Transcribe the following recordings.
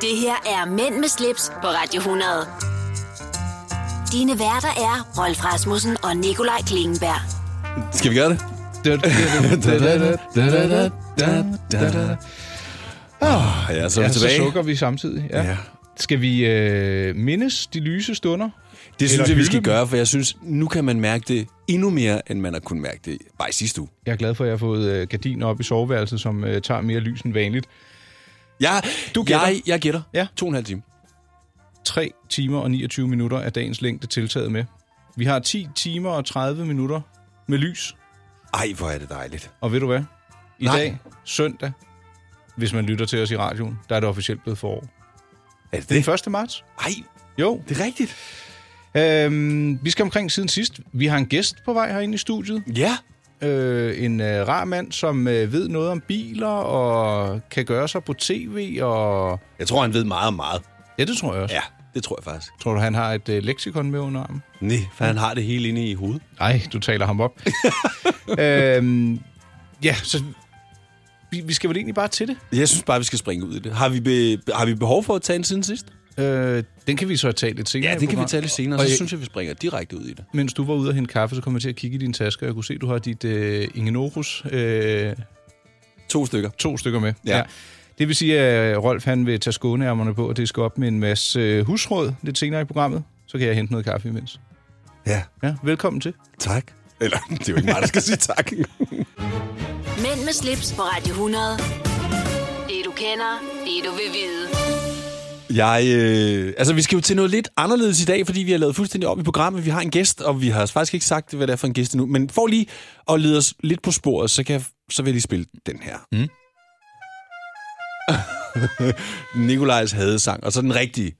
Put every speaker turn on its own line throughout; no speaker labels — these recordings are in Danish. Det her er Mænd med slips på Radio 100. Dine værter er Rolf Rasmussen og Nikolaj Klingenberg.
Skal vi gøre det? Ah, ja, så er
Ja,
vi
så
tilbage.
sukker vi samtidig. Ja.
Ja.
ja. Skal vi øh, mindes de lyse stunder?
Det synes
Eller
jeg, vi
hylde
skal
dem?
gøre, for jeg synes, nu kan man mærke det endnu mere, end man har kunnet mærke det bare i sidste uge.
Jeg er glad for, at jeg har fået øh, gardiner op i soveværelset, som øh, tager mere lys end vanligt.
Jeg,
Du gætter.
Jeg, jeg gætter.
Ja.
To og en halv time.
3 timer og 29 minutter af dagens længde tiltaget med. Vi har 10 timer og 30 minutter med lys.
Ej, hvor er det dejligt.
Og ved du hvad? I
Nej.
dag, søndag, hvis man lytter til os i radioen, der er det officielt blevet forår.
Er det
Det
det?
er 1. marts.
Ej,
Jo.
det er rigtigt.
Øhm, vi skal omkring siden sidst. Vi har en gæst på vej herinde i studiet.
Ja.
øh, en øh, rar mand, som øh, ved noget om biler og kan gøre sig på tv. Og...
Jeg tror, han ved meget om meget.
Ja, det tror jeg også. Ja.
Ja, det tror jeg faktisk.
Tror du, han har et øh, leksikon med under armen?
Nej, for han har det hele inde i hovedet.
Nej, du taler ham op. øhm, ja, så vi, vi skal vel egentlig bare til det.
Jeg synes bare, vi skal springe ud i det. Har vi, be, har vi behov for at tage en siden sidst?
Øh, den kan vi så tage lidt senere.
Ja,
i
det kan vi
programmet.
tage lidt senere.
Og
Så
jeg,
synes jeg, vi springer direkte ud i det.
Mens du var ude og hente kaffe, så kom jeg til at kigge i din taske, og jeg kunne se, at du har dit øh, Ingenorus øh,
To stykker.
to stykker med.
Ja.
Det vil sige, at øh, Rolf han vil tage skåneærmerne på, og det skal op med en masse øh, husråd lidt senere i programmet. Så kan jeg hente noget kaffe imens.
Ja,
Ja, velkommen til.
tak. Eller, det er jo ikke mig, der skal sige tak.
Mænd med slips på Radio 100. Det du kender, det du vil vide.
Jeg, øh, altså, vi skal jo til noget lidt anderledes i dag, fordi vi har lavet fuldstændig op i programmet. Vi har en gæst, og vi har faktisk ikke sagt, hvad det er for en gæst endnu. Men for lige at lede os lidt på sporet, så, kan jeg, så vil jeg lige spille den her.
Mm.
Nikolajs hadesang, og så den rigtige.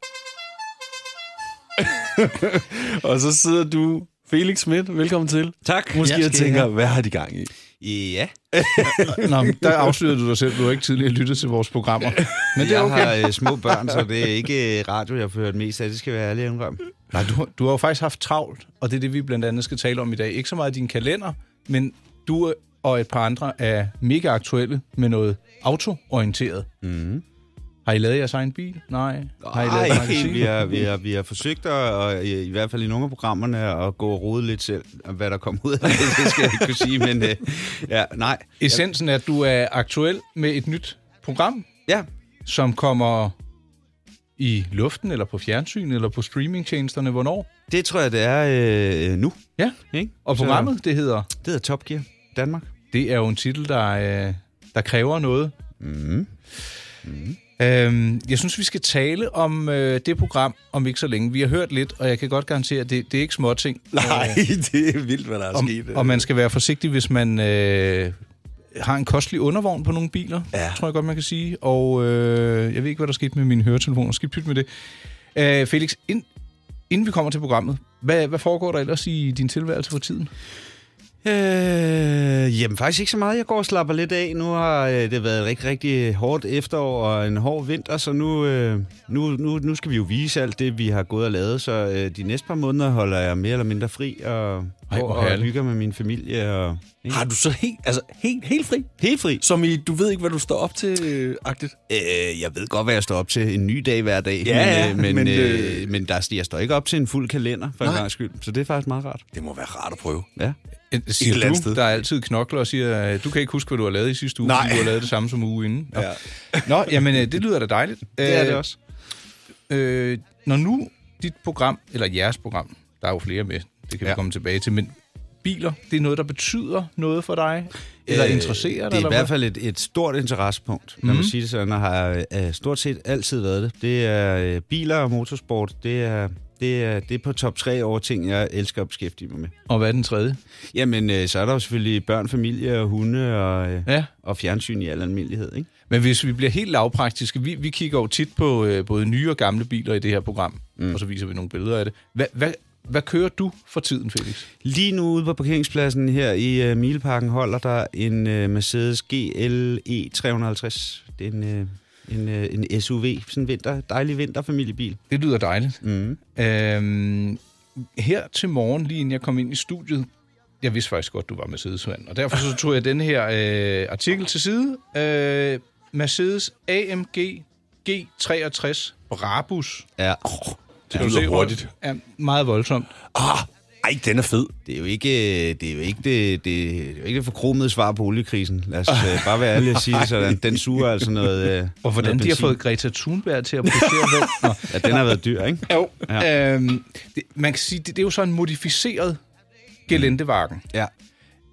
og så sidder du, Felix Schmidt, velkommen til.
Tak.
Måske
Ja,
jeg
skal
tænker,
jeg.
hvad har de gang i?
Ja,
Nå, men der afslørede du dig selv. Du har ikke tidligere lyttet til vores programmer. Men det er
jeg
okay.
har øh, små børn, så det er ikke øh, radio, jeg har hørt mest af. Det skal jeg være ærlig at indrømme.
Nej, du, du har jo faktisk haft travlt, og det er det, vi blandt andet skal tale om i dag. Ikke så meget din kalender, men du øh, og et par andre er mega aktuelle med noget autoorienteret. Mm. Har I lavet jeres egen bil? Nej. Har I lavet et magasin?
vi, har, vi, har, vi har forsøgt, at, og, øh, i, i hvert fald i nogle af programmerne, at gå og rode lidt selv. Og Hvad der kom ud af det, det skal jeg ikke kunne sige, men øh, ja, nej.
Essensen er, at du er aktuel med et nyt program,
Ja,
som kommer i luften, eller på fjernsyn, eller på streamingtjenesterne. Hvornår?
det tror jeg, det er øh, nu.
Ja.
Ikke?
Og programmet, det hedder...
Så, det hedder Top Gear Danmark.
Det er jo en titel, der, øh, der kræver noget.
Mm.
Øhm, jeg synes, vi skal tale om øh, det program om ikke så længe. Vi har hørt lidt, og jeg kan godt garantere, at det, det er ikke småting.
Nej, det er vildt, hvad der er
Om,
sket. øh.
og man skal være forsigtig, hvis man øh, har en kostelig undervogn på nogle biler,
Ja.
tror jeg godt, man kan sige. Og øh, jeg ved ikke, hvad der skete med mine høretelefoner. Skidt pyt med det. Øh, Felix, ind, inden vi kommer til programmet, hvad, hvad foregår der ellers i din tilværelse for tiden?
Øh, jamen faktisk ikke så meget. Jeg går og slapper lidt af. Nu har øh, det været et rigtig, rigtig hårdt efterår og en hård vinter, så nu, øh, nu, nu, nu skal vi jo vise alt det, vi har gået og lavet. Så øh, de næste par måneder holder jeg mere eller mindre fri og,
Ej, hvor
og, og
herligt.
hygger med min familie. Og,
Har du så helt, altså, helt, helt fri?
Helt fri.
Som i, du ved ikke, hvad du står op til, øh, agtigt?
Øh, jeg ved godt, hvad jeg står op til. En ny dag hver dag.
Ja,
men,
ja,
øh, men,
men,
øh,
øh,
men der, jeg står ikke op til en fuld kalender, for
Nej.
en gang skyld. Så det er faktisk meget rart.
Det må være rart at prøve.
Ja.
Et siger
eller
du,
andet sted.
der er altid knokler og siger, øh, du kan ikke huske, hvad du har lavet i sidste uge,
Nej.
fordi du har lavet det samme som uge inden. Nå, Nå jamen, øh, det lyder da dejligt.
Det er det
Øh,
også.
Øh, når nu dit program, eller jeres program, der er jo flere med, det kan ja. vi
Ja.
komme tilbage til, men biler, det er noget, der betyder noget for dig, eller
Øh,
interesserer dig?
Det er
eller
i hvert
hvad? Mhm.
fald et, et stort interessepunkt, når man siger det sådan, og har øh, stort set altid været det. Det er øh, biler og motorsport, det er, det, er, det er på top tre over ting, jeg elsker at beskæftige mig med.
Og hvad er den tredje?
Jamen, øh, så er der jo selvfølgelig børn, familie og hunde og, øh,
Ja.
og fjernsyn i al almindelighed, ikke?
Men hvis vi bliver helt lavpraktiske, vi, vi kigger jo tit på øh, både nye og gamle biler i det her program, mm. og så viser vi nogle billeder af det. Hvad, hvad, hvad kører du for tiden, Felix?
Lige nu ude på parkeringspladsen her i øh, Mileparken holder der en øh, Mercedes E GLE 350. Det er en, øh, en, øh, en SUV, sådan en vinter, dejlig vinterfamiliebil.
Det lyder dejligt.
Mm.
Øhm, her til morgen, lige inden jeg kom ind i studiet, jeg vidste faktisk godt, du var Mercedes-mand, og derfor så tog jeg den her øh, artikel til side. Øh, Mercedes AMG G63 Brabus.
Ja.
Det
Kan du
lyder
se,
hurtigt.
Ja, meget voldsomt.
Ah, ej, den er fed.
Det er jo ikke det, er jo ikke det, det, det, er jo ikke det forkromede svar på oliekrisen. Lad os øh, bare være ærlige og sige det sådan. Den suger altså noget øh,
Og hvordan
noget
de har
benzin.
fået Greta Thunberg til at producere den. Nå.
Ja, den har været dyr, ikke?
Jo,
Ja.
ja. øhm, det, man kan sige, det, det er jo så en modificeret gelentevagen.
Ja.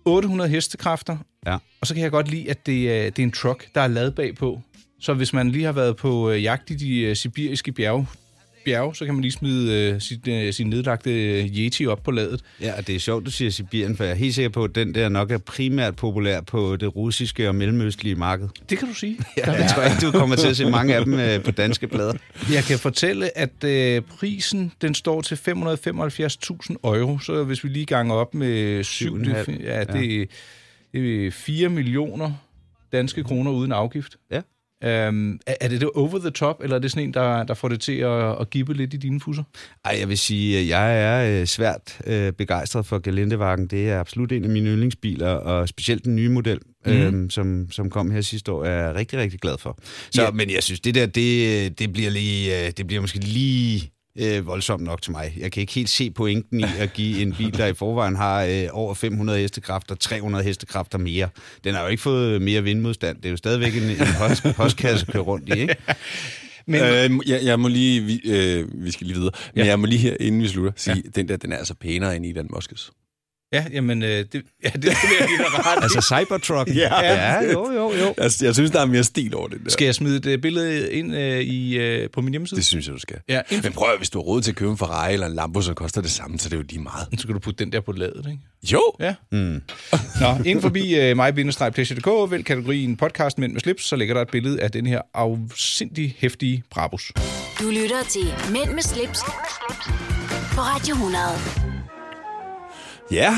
800 hestekræfter.
Ja.
Og så kan jeg godt lide, at det, er- det er en truck, der er lavet bagpå. Så hvis man lige har været på øh, jagt i de øh, sibiriske bjerge, bjerge, så kan man lige smide øh, sit, øh, sin nedlagte øh, Yeti op på ladet.
Ja, og det er sjovt, du siger Sibirien, for jeg er helt sikker på, at den der nok er primært populær på det russiske og mellemøstlige marked.
Det kan du sige.
Ja, jeg tror ikke, du kommer til at se mange af dem øh, på danske plader.
Jeg kan fortælle, at øh, prisen den står til 575.000 euro, så hvis vi lige ganger op med 7, det,
7,5,
ja, det, det er 4 millioner danske kroner uden afgift.
Ja.
Øhm, er, er det det over the top, eller er det sådan en, der, der får det til at, at gippe lidt i dine fusser?
Ej, jeg vil sige, at jeg er øh, svært øh, begejstret for Galentevagen. Det er absolut en af mine yndlingsbiler, og specielt den nye model, mm.
Mhm.
øhm, som, som kom her sidste år, er jeg rigtig, rigtig glad for. Så,
Ja.
yeah. Men jeg synes, det der, det, øh, det, bliver, lige, øh, det bliver måske lige øh, voldsomt nok til mig. Jeg kan ikke helt se pointen i at give en bil, der i forvejen har øh, over 500 hestekræfter, 300 hestekræfter mere. Den har jo ikke fået mere vindmodstand. Det er jo stadigvæk en, en post, postkasse at køre rundt i, ikke?
Men-
Øh, jeg, jeg må lige... Vi, øh, vi skal lige videre. Men jeg må lige her, inden vi slutter, sige, ja. den der, den er altså pænere end Elon Musk's.
Ja, jamen, øh, det, ja, det vil jeg give dig ret.
Altså Cybertruck.
Ja.
ja jo, jo, jo.
Altså, jeg synes, der er mere stil over den der.
Skal jeg smide det billede ind øh, i, øh, på min hjemmeside?
Det synes jeg, du skal.
Ja, ind-
Men prøv at, høre, hvis du har råd til at købe en Ferrari eller en Lambo, så koster det samme, så det er jo lige meget.
Så kan du putte den der på ladet, ikke?
Jo!
Ja. Mm. Nå, inden forbi øh, mig-pleasure.dk, vælg kategorien podcast Mænd med slips, så ligger der et billede af den her afsindig hæftige Brabus.
Du lytter til Mænd med slips, på Radio 100.
Ja.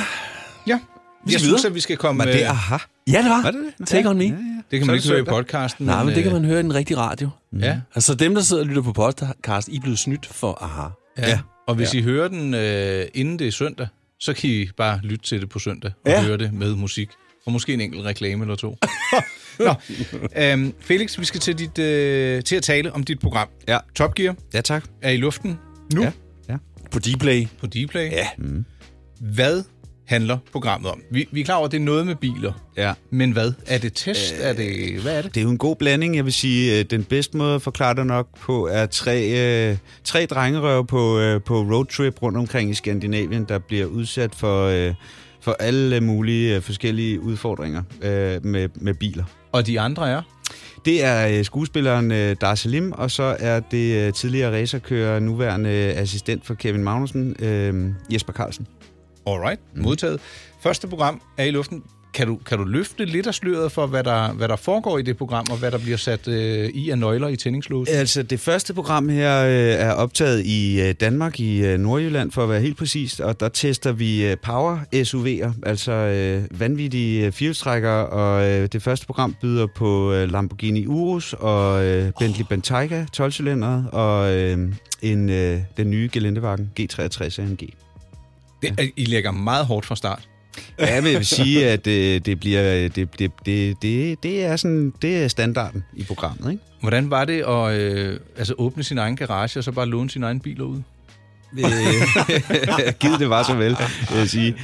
Ja, vi jeg
skal videre.
synes, at vi skal komme...
Var det
øh,
aha?
Ja, det var.
Var det det?
Take
Ja.
on me.
Ja, ja.
det kan
Så
man
er
ikke
det
høre i
søndag.
podcasten.
Nej, men det kan
øh,
man høre i den rigtige radio.
Ja,
Altså dem, der sidder og lytter på podcast, I er blevet snydt for aha.
ja. ja. Og hvis ja. I hører den øh, inden det er søndag, så kan I bare lytte til det på søndag og
Ja.
ja. høre det med musik. Og måske en enkelt reklame eller to. Nå, øhm, Felix, vi skal til, dit, øh, til at tale om dit program.
Ja.
Top Gear
Ja, tak.
er i luften nu.
Ja.
På Dplay.
på Dplay.
Ja.
Mm.
Hvad handler programmet om? Vi, vi er klar over, at det er noget med biler,
Ja.
men hvad? Er det test? Øh, er det, hvad er det?
Det er jo en god blanding. Jeg vil sige, øh, den bedste måde at forklare det nok på, er tre, øh, tre drengerøver på, øh, på roadtrip rundt omkring i Skandinavien, der bliver udsat for, øh, for alle mulige øh, forskellige udfordringer øh, med, med biler.
Og de andre er?
Det er øh, skuespilleren øh, Dar Salim, og så er det øh, tidligere racerkører, nuværende øh, assistent for Kevin Magnussen, øh, Jesper Carlsen.
Alright, modtaget. Første program er i luften. Kan du, kan du løfte lidt af sløret for, hvad der, hvad der foregår i det program, og hvad der bliver sat øh, i af nøgler i tændingslåsen?
Altså, det første program her øh, er optaget i øh, Danmark, i øh, Nordjylland, for at være helt præcist, og der tester vi øh, power SUV'er, altså øh, vanvittige øh, firehjulstrækkere, og øh, det første program byder på øh, Lamborghini Urus og øh, Bentley Bentayga 12 cylinderet og øh, en, øh, den nye Gelendevagen G63 AMG.
Det, øh, I lægger meget hårdt fra start.
Ja, men jeg vil sige, at øh, det bliver øh, det, det, det, det, det er sådan det er standarden i programmet, ikke?
Hvordan var det at øh, altså åbne sin egen garage, og så bare låne sin egen bil ud?
Øh, Givet det var så vel, vil jeg sige.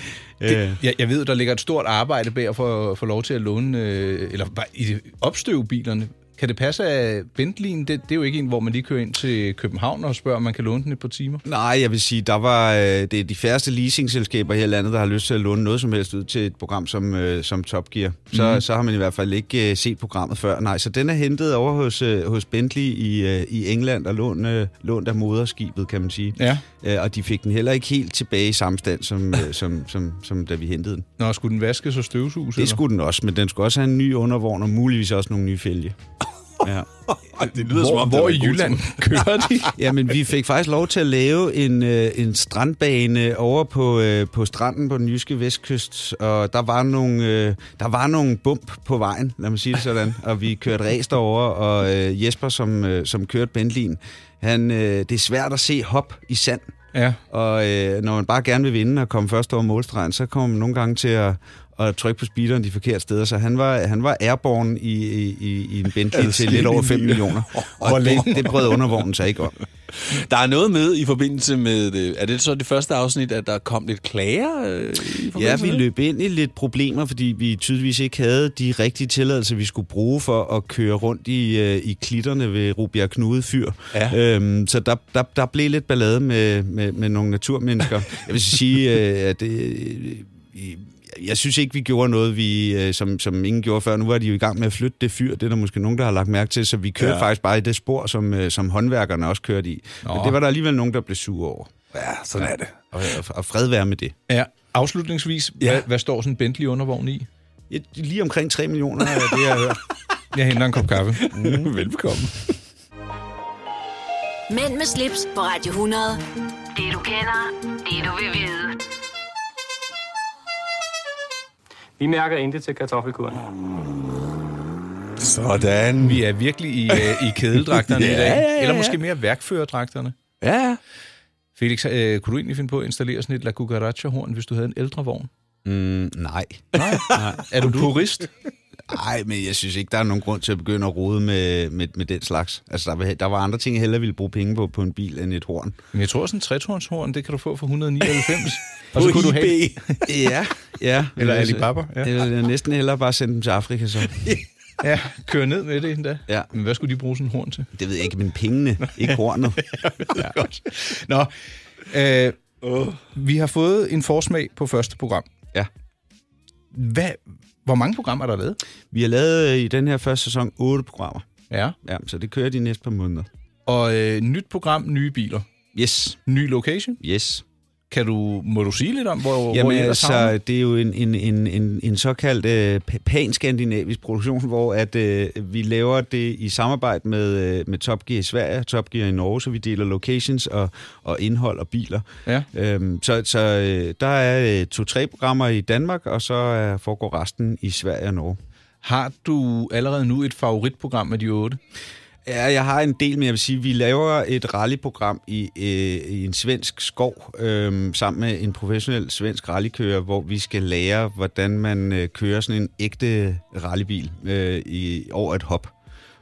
Øh.
Jeg, jeg ved, der ligger et stort arbejde bag at få, få lov til at låne, øh, eller bare i opstøve bilerne. Kan det passe, at Bentley'en, det, det er jo ikke en, hvor man lige kører ind til København og spørger, om man kan låne den et par timer?
Nej, jeg vil sige, der var øh, det er de færreste leasingselskaber her i landet, der har lyst til at låne noget som helst ud til et program som, øh, som Top Gear. Så, mm. så har man i hvert fald ikke øh, set programmet før. Nej, så den er hentet over hos, øh, hos Bentley i, øh, i England og lånt, øh, lånt af moderskibet, kan man sige.
Ja.
Øh, og de fik den heller ikke helt tilbage i samme stand, som, øh, som, som, som da vi hentede den.
Nå, skulle den vaskes og støvsuges?
Det
eller?
skulle den også, men den skulle også have en ny undervogn og muligvis også nogle nye fælge. Ja.
Det
Hvor, hvor i Jylland kører de?
Ja, men vi fik faktisk lov til at lave en, øh, en strandbane over på, øh, på stranden på den jyske vestkyst, og der var, nogle, øh, der var nogle bump på vejen, lad mig sige det sådan, og vi kørte ræs derover og øh, Jesper, som, øh, som kørte Bentley'en, han, øh, det er svært at se hop i sand,
ja.
og øh, når man bare gerne vil vinde og komme først over målstregen, så kommer man nogle gange til at, og trykke på speederen de forkerte steder, så han var, han var airborne i, i, i- i en Bentley til lidt over 5 millioner. Og det, det brød undervognen sig ikke om.
Der er noget med i forbindelse med... øh, Er det så det første afsnit, at der kom lidt klager? øh, i
Ja,
forbindelse med
vi
det?
løb ind i lidt problemer, fordi vi tydeligvis ikke havde de rigtige tilladelser, vi skulle bruge for at køre rundt i, øh, i klitterne ved Rubjerg Knude Fyr.
Ja.
Øhm, så der, der, der blev lidt ballade med, med, med nogle naturmennesker. Jeg vil sige, øh, at det, øh, jeg synes ikke, vi gjorde noget, vi, øh, som, som ingen gjorde før. Nu var de jo i gang med at flytte det fyr. Det er der måske nogen, der har lagt mærke til. Så vi kørte
Ja.
ja. faktisk bare i det spor, som, øh, som håndværkerne også kørte i. Nå. Men det var der alligevel nogen, der blev sure over.
Ja, sådan er det.
Og, og- og fred være med det.
Ja, afslutningsvis, ja. Hvad, hvad står sådan en Bentley undervogn i?
Ja, lige omkring 3 millioner er det, jeg hører.
Jeg henter en kop kaffe.
Velbekomme.
Mænd med slips på Radio 100. Det du kender, det du vil vide.
Vi mærker intet til kartoffelkuren.
Sådan.
Vi er virkelig i, øh, i kædeldragterne
Ja,
i dag.
ja, ja,
Eller
ja.
måske mere værkførerdragterne.
Ja.
Felix, øh, kunne du egentlig finde på at installere sådan et La Cucaracha-horn, hvis du havde en ældre vogn?
Mm, nej.
Er du purist?
Nej, men jeg synes ikke, der er nogen grund til at begynde at rode med, med, med den slags. Altså, der, var- der var andre ting, jeg hellere ville bruge penge på på en bil end et horn.
Men jeg tror, sådan en trætornshorn, det kan du få for 199. Og så kunne du have...
ja, ja.
Eller
Jeg vil-
Alibaba, ja.
Eller jeg vil næsten hellere bare sende dem til Afrika, så.
Ja, køre ned med det endda.
Ja.
Men hvad skulle de bruge sådan en horn til?
Det ved jeg ikke, men pengene, ikke hornet.
Ja. Godt. Nå, øh, vi har fået en forsmag på første program.
Ja.
Hvad, hvor mange programmer er der lavet?
Vi har lavet øh, i den her første sæson otte programmer.
Ja.
Ja, så det kører de næste par måneder.
Og øh, nyt program, nye biler.
Yes,
Ny location.
yes.
Kan du, må du sige lidt om, hvor, hvor
Jamen
I ellers
altså,
altså,
det er jo en, en, en, en, en såkaldt øh, pa- pan-skandinavisk produktion, hvor at, øh, vi laver det i samarbejde med, øh, med Top Gear i Sverige, Top Gear i Norge, så vi deler locations og, og indhold og biler.
Ja.
Øhm, så så øh, der er øh, to-tre programmer i Danmark, og så øh, foregår resten i Sverige og Norge.
Har du allerede nu et favoritprogram af de otte?
Ja, jeg har en del, men jeg vil sige, vi laver et rallyprogram i, øh, i en svensk skov øh, sammen med en professionel svensk rallykører, hvor vi skal lære, hvordan man øh, kører sådan en ægte rallybil øh, i, over et hop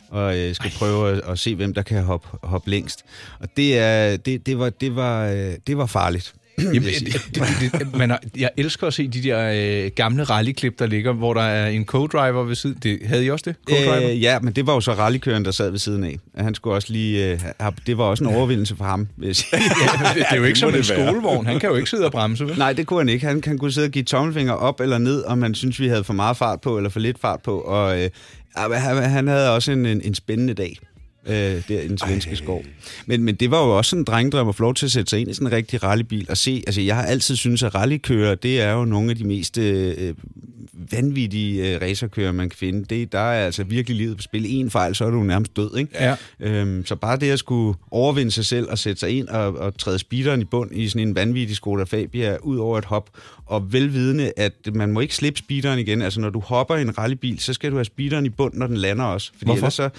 og øh, skal prøve at, at se, hvem der kan hoppe, hoppe længst. Og det, er, det, det, var, det, var, øh, det var farligt.
Jamen, det, det, det, man har, jeg elsker at se de der øh, gamle rallyklip, der ligger, hvor der er en co-driver ved siden. Det, havde I også det? Co-driver?
Øh, ja, men det var jo så rallykøren, der sad ved siden af. Han skulle også lige... Øh, have- det var også en overvindelse for ham, vil jeg sige.
Ja, det, det er jo ikke som en
det være.
skolevogn. Han kan jo ikke sidde og bremse, vel?
Nej, det kunne han ikke. Han, han kunne sidde og give tommelfinger op eller ned, om man synes, vi havde for meget fart på eller for lidt fart på. Og øh, ja, men han, han havde også en, en, en spændende dag øh, der i den svenske skov. Men, men det var jo også sådan en drengedrøm at få lov til at sætte sig ind i sådan en rigtig rallybil og se. Altså, jeg har altid synes at rallykører, det er jo nogle af de mest øh, vanvittige øh, racerkører, man kan finde. Det, der er altså virkelig livet på spil. En fejl, så er du nærmest død, ikke?
Ja.
Øhm, så bare det at skulle overvinde sig selv og sætte sig ind og, og træde speederen i bund i sådan en vanvittig Skoda Fabia ud over et hop, og velvidende, at man må ikke slippe speederen igen. Altså når du hopper i en rallybil, så skal du have speederen i bund, når den lander også. Fordi
Hvorfor?
ellers Så,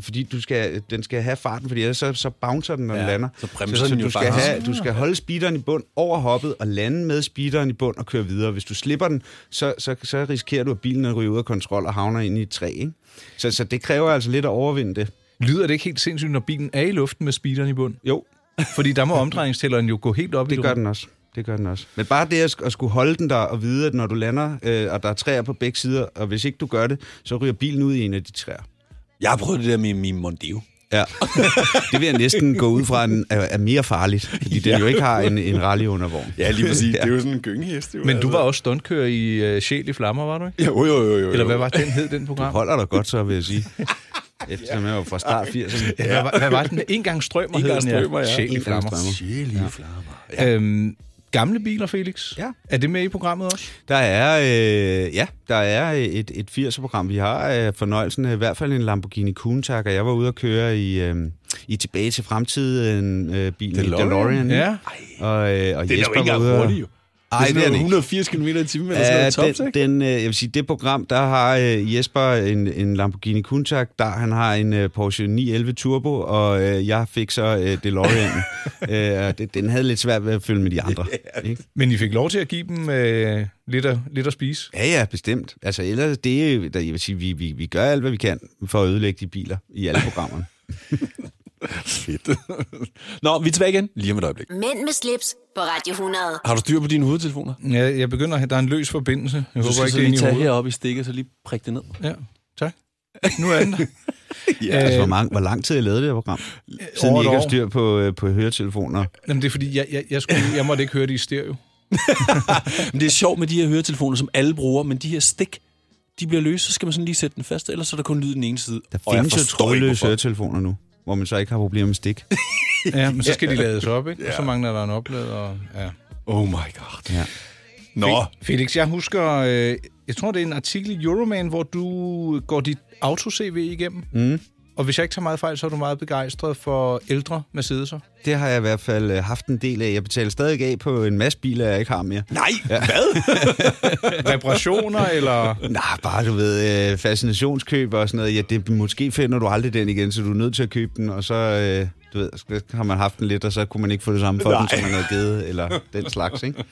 fordi du skal, den skal have farten, fordi ellers så, så bouncer den, når
Ja,
den lander.
så bremser
så, så
den
du
jo
skal
faktisk.
have, Du skal holde speederen i bund over hoppet og lande med speederen i bund og køre videre. Hvis du slipper den, så, så, så risikerer du, at bilen ryger ud af kontrol og havner ind i et træ. Ikke? Så, så det kræver altså lidt at overvinde det.
Lyder det ikke helt sindssygt, når bilen er i luften med speederen i bund?
Jo,
Fordi der må omdrejningstælleren jo gå helt op i
Det gør den også. Det gør den også. Men bare det at, sk- at skulle holde den der og vide, at når du lander, øh, og der er træer på begge sider, og hvis ikke du gør det, så ryger bilen ud i en af de træer.
Jeg har prøvet det der med min Mondeo.
Ja. det vil jeg næsten gå ud fra en, er, er mere farligt, fordi den
Ja.
jo ikke har en, en rallyundervogn.
Ja, lige præcis. ja. Det er jo sådan en gyngehest.
Men du var også stuntkører i øh, Sjæl i Flammer, var du ikke?
Jo, jo, jo, jo.
Eller hvad var den hed, den program?
Holder dig godt, så vil jeg sige. Eftersom jeg var fra start 80'erne.
Hvad, var- hvad var den? En gang strømmer hed den,
Engangsstrømer, ja.
Sjæl i Flammer.
Sjælige ja. flammer. Ja.
Øhm, gamle biler, Felix?
Ja.
Er det med i programmet også?
Der er, øh, ja, der er et, et 80'er-program. Vi har øh, fornøjelsen af i hvert fald en Lamborghini Countach, og jeg var ude at køre i, øh, i Tilbage til Fremtiden-bilen øh, bilen i
DeLorean?
DeLorean. ikke?
Ja.
Og, øh, og
Det er jo ikke
Jesper var ude
engang
og-
hurtigt, jo. Ej, det er,
det er
sådan
den
noget
ikke.
180 km i timen eller sådan
Ja,
noget tops,
den,
ikke?
den, øh, jeg vil sige, det program, der har øh, Jesper en, en Lamborghini Countach, der han har en øh, Porsche 911 Turbo, og øh, jeg fik så øh, DeLorean. øh, og det, den havde lidt svært ved at følge med de andre. Ikke?
Men I fik lov til at give dem øh, lidt, at, lidt at spise.
Ja, ja, bestemt. Altså ellers, det, er- der, jeg vil sige, vi, vi, vi gør alt, hvad vi kan for at ødelægge de biler i alle programmerne.
Fedt. Nå, vi er tilbage igen lige om et øjeblik.
Mænd med slips på Radio 100.
Har du styr på dine hovedtelefoner?
Jeg, jeg begynder, at- der er en løs forbindelse. Jeg
Du
håber
skal
ikke,
så
det
lige
er inde i
tage
hovedet.
heroppe i stikket, så lige prikke det ned.
Ja, tak. Nu er den der.
Altså, hvor, mange, hvor lang tid har jeg lavet det her program? Siden
over et
I ikke har
år.
styr på, øh, på høretelefoner.
Jamen, det er fordi, jeg, jeg, jeg, skulle, jeg måtte ikke høre det i stereo.
Men det er sjovt med de her høretelefoner, som alle bruger, men de her stik, de bliver løse, så skal man sådan lige sætte den fast, ellers er der kun lyd i den ene side.
Der
Og jeg
findes jo
forstår ikke,
trådløse
hvorfor.
høretelefoner nu, hvor man så ikke har problemer med stik.
Ja, men så skal de lades op, ikke? Og så mangler der en oplader. Og, ja.
Oh my god.
Ja.
Nå,
Felix, jeg husker, øh, jeg tror, det er en artikel i Euroman, hvor du går dit auto-CV igennem.
Mm.
Og hvis jeg ikke tager meget fejl, så er du meget begejstret for ældre Mercedes'er.
Det har jeg i hvert fald øh, haft en del af. Jeg betaler stadig af på en masse biler, jeg ikke har mere.
nej, ja. hvad?
Reparationer eller...
Nej, bare du ved, øh, fascinationskøb og sådan noget. Ja, det, måske finder du aldrig den igen, så du er nødt til at købe den, og så, øh, du ved, så har man haft den lidt, og så kunne man ikke få det samme for Nej. den, som man havde givet, eller den slags, ikke?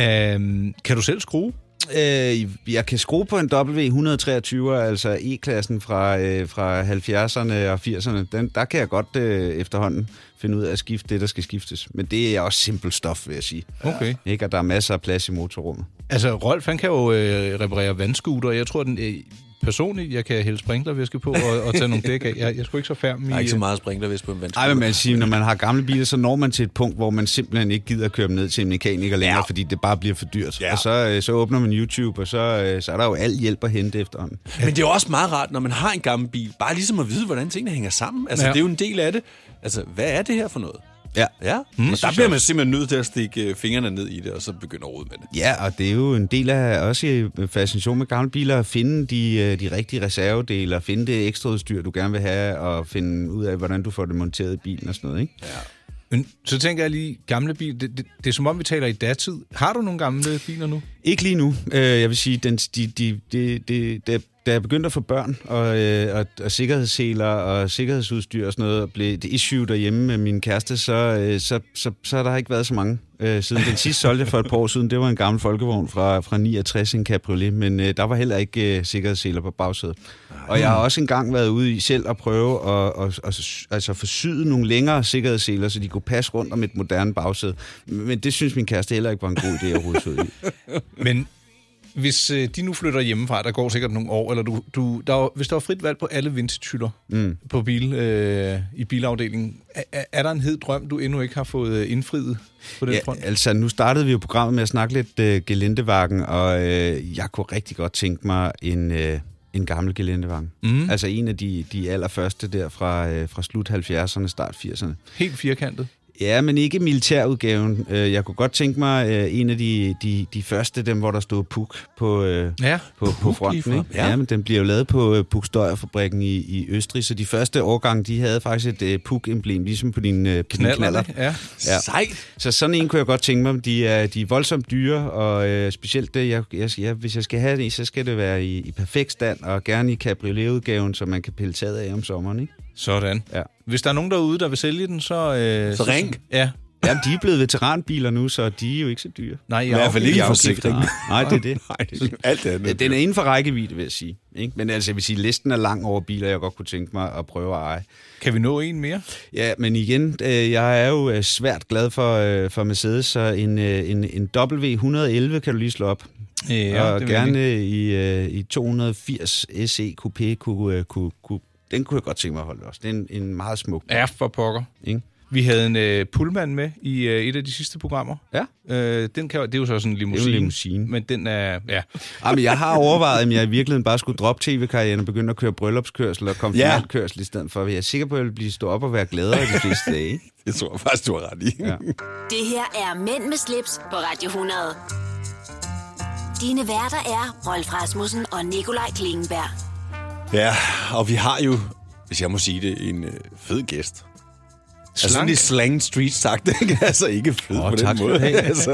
Øhm, kan du selv skrue?
Øh, jeg kan skrue på en W123, altså E-klassen fra, øh, fra 70'erne og 80'erne. Den, der kan jeg godt øh, efterhånden finde ud af at skifte det, der skal skiftes. Men det er også simpelt stof, vil jeg sige.
Okay.
Ikke, og der er masser af plads i motorrummet.
Altså, Rolf, han kan jo øh, reparere vandskuter. Jeg tror, den øh, personligt, jeg kan hælde sprinklervæske på og, og tage nogle dæk af. Jeg, jeg skulle ikke så færm i... øh,
Der er ikke så meget sprinkler, hvis på en vandskole.
Ej, men man siger, når man har gamle biler, så når man til et punkt, hvor man simpelthen ikke gider at køre dem ned til en mekaniker længere,
Ja.
ja. fordi det bare bliver for dyrt.
Ja.
Ja. Og så, øh, så åbner man YouTube, og så, øh, så er der jo al hjælp at hente efterhånden.
Men det er jo også meget rart, når man har en gammel bil, bare ligesom at vide, hvordan tingene hænger sammen. Altså, ja.
Ja.
det er jo en del af det. Altså, hvad er det her for noget?
Ja.
Ja, mm, og der bliver man simpelthen nødt til at stikke øh, fingrene ned i det, og så begynde at rode med det.
Ja, og det er jo en del af også øh, fascination med gamle biler, at finde de, øh, de rigtige reservedele, og finde det ekstra udstyr, du gerne vil have, og finde ud af, hvordan du får det monteret i bilen og sådan noget, ikke?
Men så tænker jeg lige, gamle biler, det, det, det er som om, vi taler i datid. Har du nogle gamle biler nu?
Ikke lige nu. Øh, jeg vil sige, den, de, de, de, de, de, da jeg begyndte at få børn og, øh, og, og sikkerhedsseler og sikkerhedsudstyr og sådan noget, og blev det issue derhjemme med min kæreste, så, øh, så, så, så har der ikke været så mange. Øh, siden den sidste solgte jeg for et par år siden, det var en gammel folkevogn fra, fra 69, en cabriolet, men øh, der var heller ikke øh, sikkerhedsseler på bagsædet. Og jeg har også engang været ude i selv at prøve at, at, at, altså forsyde nogle længere sikkerhedsseler, så de kunne passe rundt om et moderne bagsæde. Men det synes min kæreste heller ikke var en god idé at rode ud i.
Men hvis øh, de nu flytter hjemmefra, der går sikkert nogle år, eller du, du, der er, hvis der er frit valg på alle vintagehylder mm. på bil, øh, i bilafdelingen, er- er, er der en hed drøm, du endnu ikke har fået øh, indfriet på den ja, front?
altså nu startede vi jo programmet med at snakke lidt øh, gelindevagen, og øh, jeg kunne rigtig godt tænke mig en, øh, en gammel gelindevagen. Mm. Altså en af de, de allerførste der fra, øh, fra slut 70'erne, start 80'erne.
Helt firkantet.
Ja, men ikke militærudgaven. Øh, jeg kunne godt tænke mig øh, en af de, de, de første, dem hvor der stod Puk på, øh,
Ja.
på, på fronten.
ligefrem.
Ikke?
Ja.
Ja. ja, men den bliver jo lavet på øh, Puk-Støjer-fabrikken i, i Østrig, så de første årgange, de havde faktisk et øh, Puk-emblem, ligesom på din, øh, på din knaller.
Knallerne, Ja.
Ja.
Sejt.
Så sådan en kunne jeg godt tænke mig. De er, de er voldsomt dyre, og øh, specielt det, jeg, jeg, jeg, hvis jeg skal have det, så skal det være i, i perfekt stand, og gerne i cabriolet-udgaven, så man kan pille taget af om sommeren. Ikke?
Sådan.
Ja.
Hvis der er nogen derude, der vil sælge den, så... Øh,
Så ring.
Ja.
Jamen, de er blevet veteranbiler nu, så de er jo ikke så dyre.
Nej, jeg
I hvert fald ikke i
Jeg er jo gift,
forsikringen.
nej. Nej, det er det.
Nej, det er ikke- alt det andet.
Den er inden for rækkevidde, vil jeg sige. Ikke? Men altså, jeg vil sige, listen er lang over biler, jeg godt kunne tænke mig at prøve at eje.
Kan vi nå en mere?
Ja, men igen, øh, jeg er jo øh, svært glad for, øh, for Mercedes, så en, øh, en, en W111 kan du lige slå op. Ja, og
det vil jeg
gerne
lige.
i, øh, i 280 SE E Coupé kunne, øh, kunne, kunne, den kunne jeg godt tænke mig at holde også. Det er en, en meget smuk.
Ja, for pokker.
Ikke?
Vi havde en øh, pullman med i øh, et af de sidste programmer.
Ja.
Øh, den kan, jo- det er jo så sådan en
Det er
limousine. Altså,
jo en limousine.
Men den er... Ja.
Jamen, jeg har overvejet, om jeg i virkeligheden bare skulle droppe tv-karrieren og begynde at køre bryllupskørsel og konfirmandkørsel i stedet for. Jeg er sikker på, at jeg vil blive stå op og være gladere de fleste dage. ikke?
Det tror jeg faktisk, du har ret i. Ja.
Ja.
Det her er Mænd med slips på Radio 100. Dine værter er Rolf Rasmussen og Nikolaj Klingenberg.
ja, og vi har jo, hvis jeg må sige det, en øh, fed gæst. Altså sådan i slang street sagt, det kan altså ikke flyde
Åh,
på den
tak skal
måde.
du have.
altså,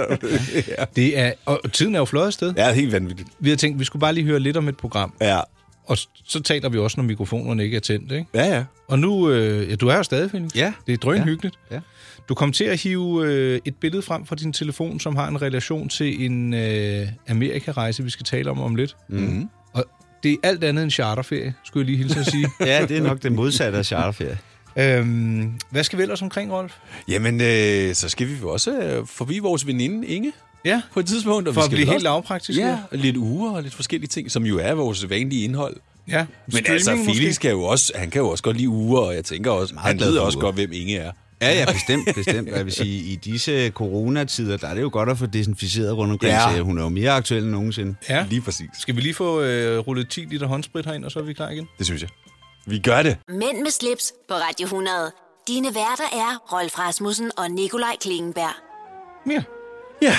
ja.
Det er, og tiden er jo fløjet afsted. Ja.
ja, helt vanvittigt.
Vi har tænkt, vi skulle bare lige høre lidt om et program.
Ja,
Og s- så taler vi også, når mikrofonerne ikke er tændt, ikke?
ja. ja.
Og nu, øh, ja, du er her stadig, Felix.
Ja.
Det er drønhyggeligt.
Ja. Ja.
Du kom til at hive øh, et billede frem fra din telefon, som har en relation til en øh, Amerikarejse, vi skal tale om om lidt. Mm-hmm. Og det er alt andet end charterferie, skulle jeg lige hilse at sige.
Ja, det er nok det modsatte af charterferie.
øhm, hvad skal vi ellers omkring, Rolf?
Jamen, øh, så skal vi jo også øh, forbi vores veninde Inge
Ja,
på et tidspunkt. Og
for
vi
at
skal
blive
vel
helt lavpraktisk.
Ja, og lidt uger og lidt forskellige ting, som jo er vores vanlige indhold.
ja.
Men altså, Felix kan jo også, han kan jo også godt lide uger, og jeg tænker også,
Meget
han
glad
ved
for
også
uger.
godt, hvem Inge er.
Ja, ja, bestemt, bestemt. Og Jeg vil sige, i disse coronatider, der er det jo godt at få desinficeret rundt omkring,
Ja.
ja. så hun er jo mere aktuel end nogensinde.
Ja.
Lige præcis.
Skal vi lige få øh, rullet 10 liter håndsprit herind, og så er vi klar igen?
Det synes jeg. Vi gør det.
Mænd med slips på Radio 100. Dine værter er Rolf Rasmussen og Nikolaj Klingenberg.
Ja.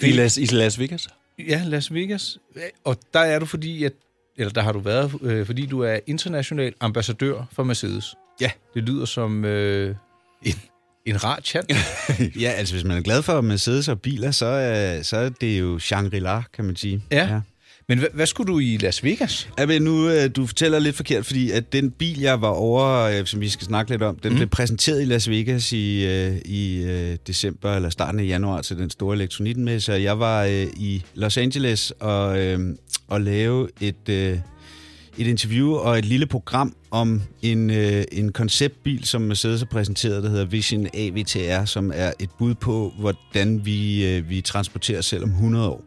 I Las, i Las Vegas.
Ja, Las Vegas. Og der er du fordi, at, eller der har du været, øh, fordi du er international ambassadør for Mercedes.
Ja.
Det lyder som øh, en, en rar chant.
Ja, altså hvis man er glad for Mercedes og biler, så, øh, så er det jo Shangri-La, kan man sige.
ja. Men hvad, hvad skulle du i Las Vegas?
Ja, men nu, øh, du fortæller lidt forkert, fordi at den bil, jeg var over, øh, som vi skal snakke lidt om, den mm. blev præsenteret i Las Vegas i, øh, i øh, december eller starten af januar til den store elektronikmesse. og Jeg var øh, i Los Angeles og, øh, og lave et, øh, et interview og et lille program om en, øh, en konceptbil, som Mercedes har præsenteret, der hedder Vision AVTR, som er et bud på, hvordan vi, øh, vi transporterer os selv om 100 år.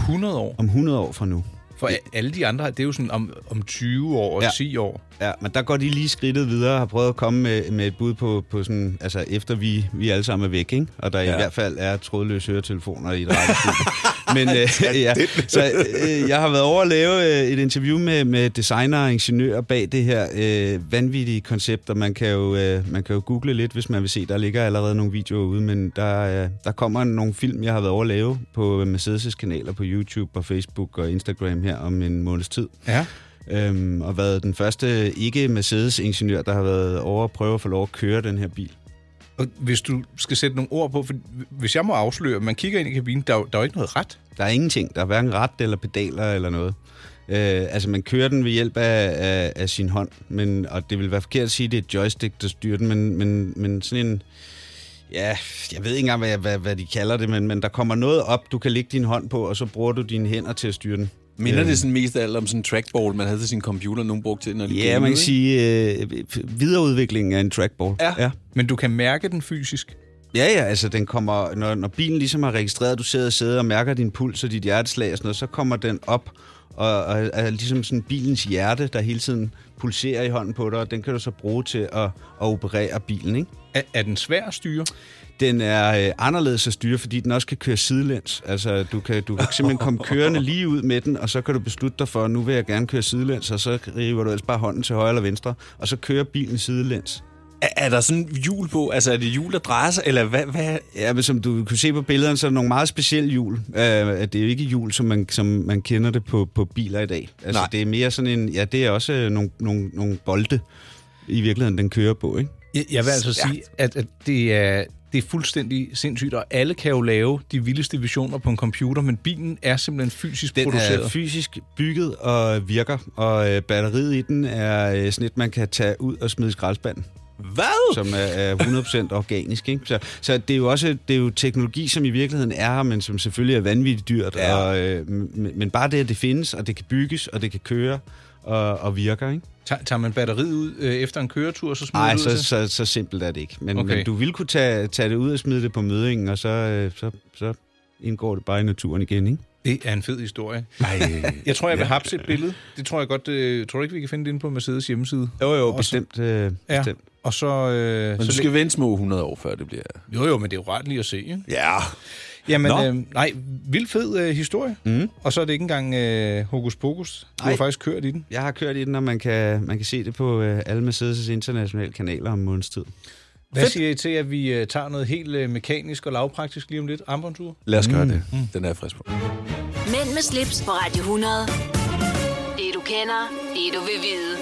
100 år.
Om 100 år fra nu.
For a- alle de andre, det er jo sådan om, om 20 år og ja.
Ja.
10 år.
Ja, men der går de lige skridtet videre og har prøvet at komme med, med et bud på, på sådan, altså efter vi, vi alle sammen er væk, ikke? Og der ja.
Ja.
i hvert fald er trådløse høretelefoner i et radiostudie. men øh, ja, så øh, jeg har været over at lave øh, et interview med, med designer og ingeniører bag det her øh, vanvittige koncept, og man kan, jo, øh, man kan jo google lidt, hvis man vil se. Der ligger allerede nogle videoer ude, men der, øh, der kommer nogle film, jeg har været over at lave på Mercedes' kanaler på YouTube og Facebook og Instagram her om en måneds tid
Ja.
øhm, og været den første ikke-Mercedes-ingeniør, der har været over at prøve at få lov at køre den her bil.
Og hvis du skal sætte nogle ord på, for hvis jeg må afsløre, man kigger ind i kabinen, der, er jo- der er jo ikke noget ret.
Der er ingenting. Der er hverken ret eller pedaler eller noget. Øh, altså, man kører den ved hjælp af, af, af sin hånd, men, og det vil være forkert at sige, at det er et joystick, der styrer den, men, men, men sådan en... Ja, jeg ved ikke engang, hvad, jeg- hvad, hvad de kalder det, men, men der kommer noget op, du kan lægge din hånd på, og så bruger du dine hænder til at styre den.
Minder
Øhm.
det sådan mest af alt om sådan en trackball, man havde til sin computer, nogen brugte til, når de
Ja,
gamede,
man kan
ikke?
sige, øh, videreudviklingen af en trackball.
Ja.
Men du kan mærke den fysisk.
Ja, ja, altså den kommer, når, når bilen ligesom har registreret, at du sidder og sidder og mærker din puls og dit hjerteslag og sådan noget, så kommer den op og, og er ligesom sådan bilens hjerte, der hele tiden pulserer i hånden på dig, og den kan du så bruge til at, at operere bilen, ikke?
Er, er den svær at styre?
Den er øh, anderledes at styre, fordi den også kan køre sidelæns. Altså, du kan, du kan simpelthen komme kørende lige ud med den, og så kan du beslutte dig for, at nu vil jeg gerne køre sidelæns, og så river du ellers bare hånden til højre eller venstre, og så kører bilen sidelæns.
Er, er der sådan hjul på? Altså, er det hjul, der drejer sig? Eller hvad? hvad?
Ja, men som du kan se på billederne, så er der nogle meget specielle hjul. Uh, det er jo ikke hjul, som man, som man kender det på, på biler i dag. Altså,
Nej.
det er mere sådan en... Ja, det er også øh, nogle, nogle, nogle bolde, i virkeligheden, den kører på, ikke?
Jeg, jeg vil altså sige, at, at det, er, det er fuldstændig sindssygt, og alle kan jo lave de vildeste visioner på en computer, men bilen er simpelthen fysisk
Den
produceret.
er fysisk bygget og virker, og øh, batteriet i den er øh, sådan et, man kan tage ud og smide i skraldespanden,
Hvad?
som er, er 100% organisk. Ikke? Så, så det er jo også det er jo teknologi, som i virkeligheden er her, men som selvfølgelig er vanvittigt dyrt.
Ja.
Ja. Og, øh, men, men bare det, at det findes, og det kan bygges, og det kan køre og, og virker, ikke?
Tager, tager man batteriet ud øh, efter en køretur, så smider
Nej,
det ud
så,
til...
så, så simpelt er det ikke. Men,
Okay.
okay. men du vil kunne tage, tage det ud og smide det på mødingen, og så, øh, så, så indgår det bare i naturen igen, ikke?
Det er en fed historie.
Ej.
Jeg tror, jeg vil hapse et billede. Det tror jeg godt... Øh, tror du ikke, vi kan finde det inde på Mercedes hjemmeside?
Jo, jo,
så-
bestemt. Øh,
Ja.
bestemt.
Og så... Øh,
Men
så
du skal vente små 100 år, før det bliver...
Jo, jo, men det er jo rart lige at se, ikke?
Ja. Nå. Mhm.
Jamen, øh, nej, vildt fed øh, historie. Mm. Og så er det ikke engang øh, hokus pokus. Du har
Nej.
faktisk kørt i den.
Jeg har kørt i den, og man kan, man kan se det på øh, alle Mercedes' internationale kanaler om en måneds tid.
Hvad siger I til, at vi øh, tager noget helt øh, mekanisk og lavpraktisk lige om lidt? Armbåndsur?
Lad os gøre det. Den er jeg frisk på.
Mænd med slips på Radio 100. Det du kender, det du vil vide.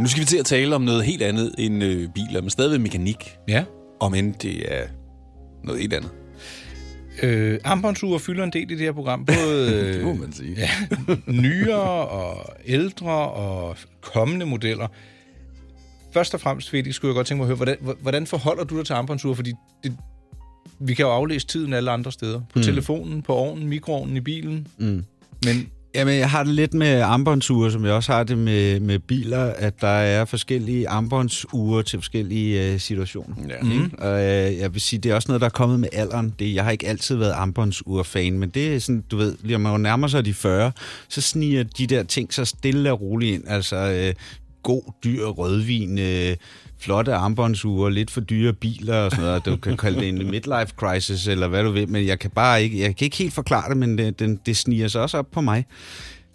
Nu skal vi til at tale om noget helt andet end øh, biler, men stadigvæk mekanik.
Ja.
Om end det er noget helt andet.
Øh, armbåndsure fylder en del i det her program. Både
Det må
øh,
man sige. Ja.
nyere og ældre og kommende modeller. Først og fremmest, Felix, skulle jeg godt tænke mig at høre, hvordan, hvordan forholder du dig til armbåndsure? Fordi det, vi kan jo aflæse tiden alle andre steder. På mm. telefonen, på ovnen, mikroovnen, i bilen. Mm. Men
Jamen, jeg har det lidt med armbåndsure, som jeg også har det med, med biler, at der er forskellige armbåndsure til forskellige øh, situationer.
Ja.
Mm. Og øh, jeg vil sige, det er også noget, der er kommet med alderen. Det, jeg har ikke altid været armbåndsure-fan, men det er sådan, du ved, når man nærmer sig de 40, så sniger de der ting så stille og roligt ind. Altså, øh, god, dyr rødvin, øh, flotte armbåndsure, lidt for dyre biler og sådan noget. Du kan kalde det en midlife crisis, eller hvad du vil, men jeg kan bare ikke, jeg kan ikke helt forklare det, men det, den, det sniger sig også op på mig.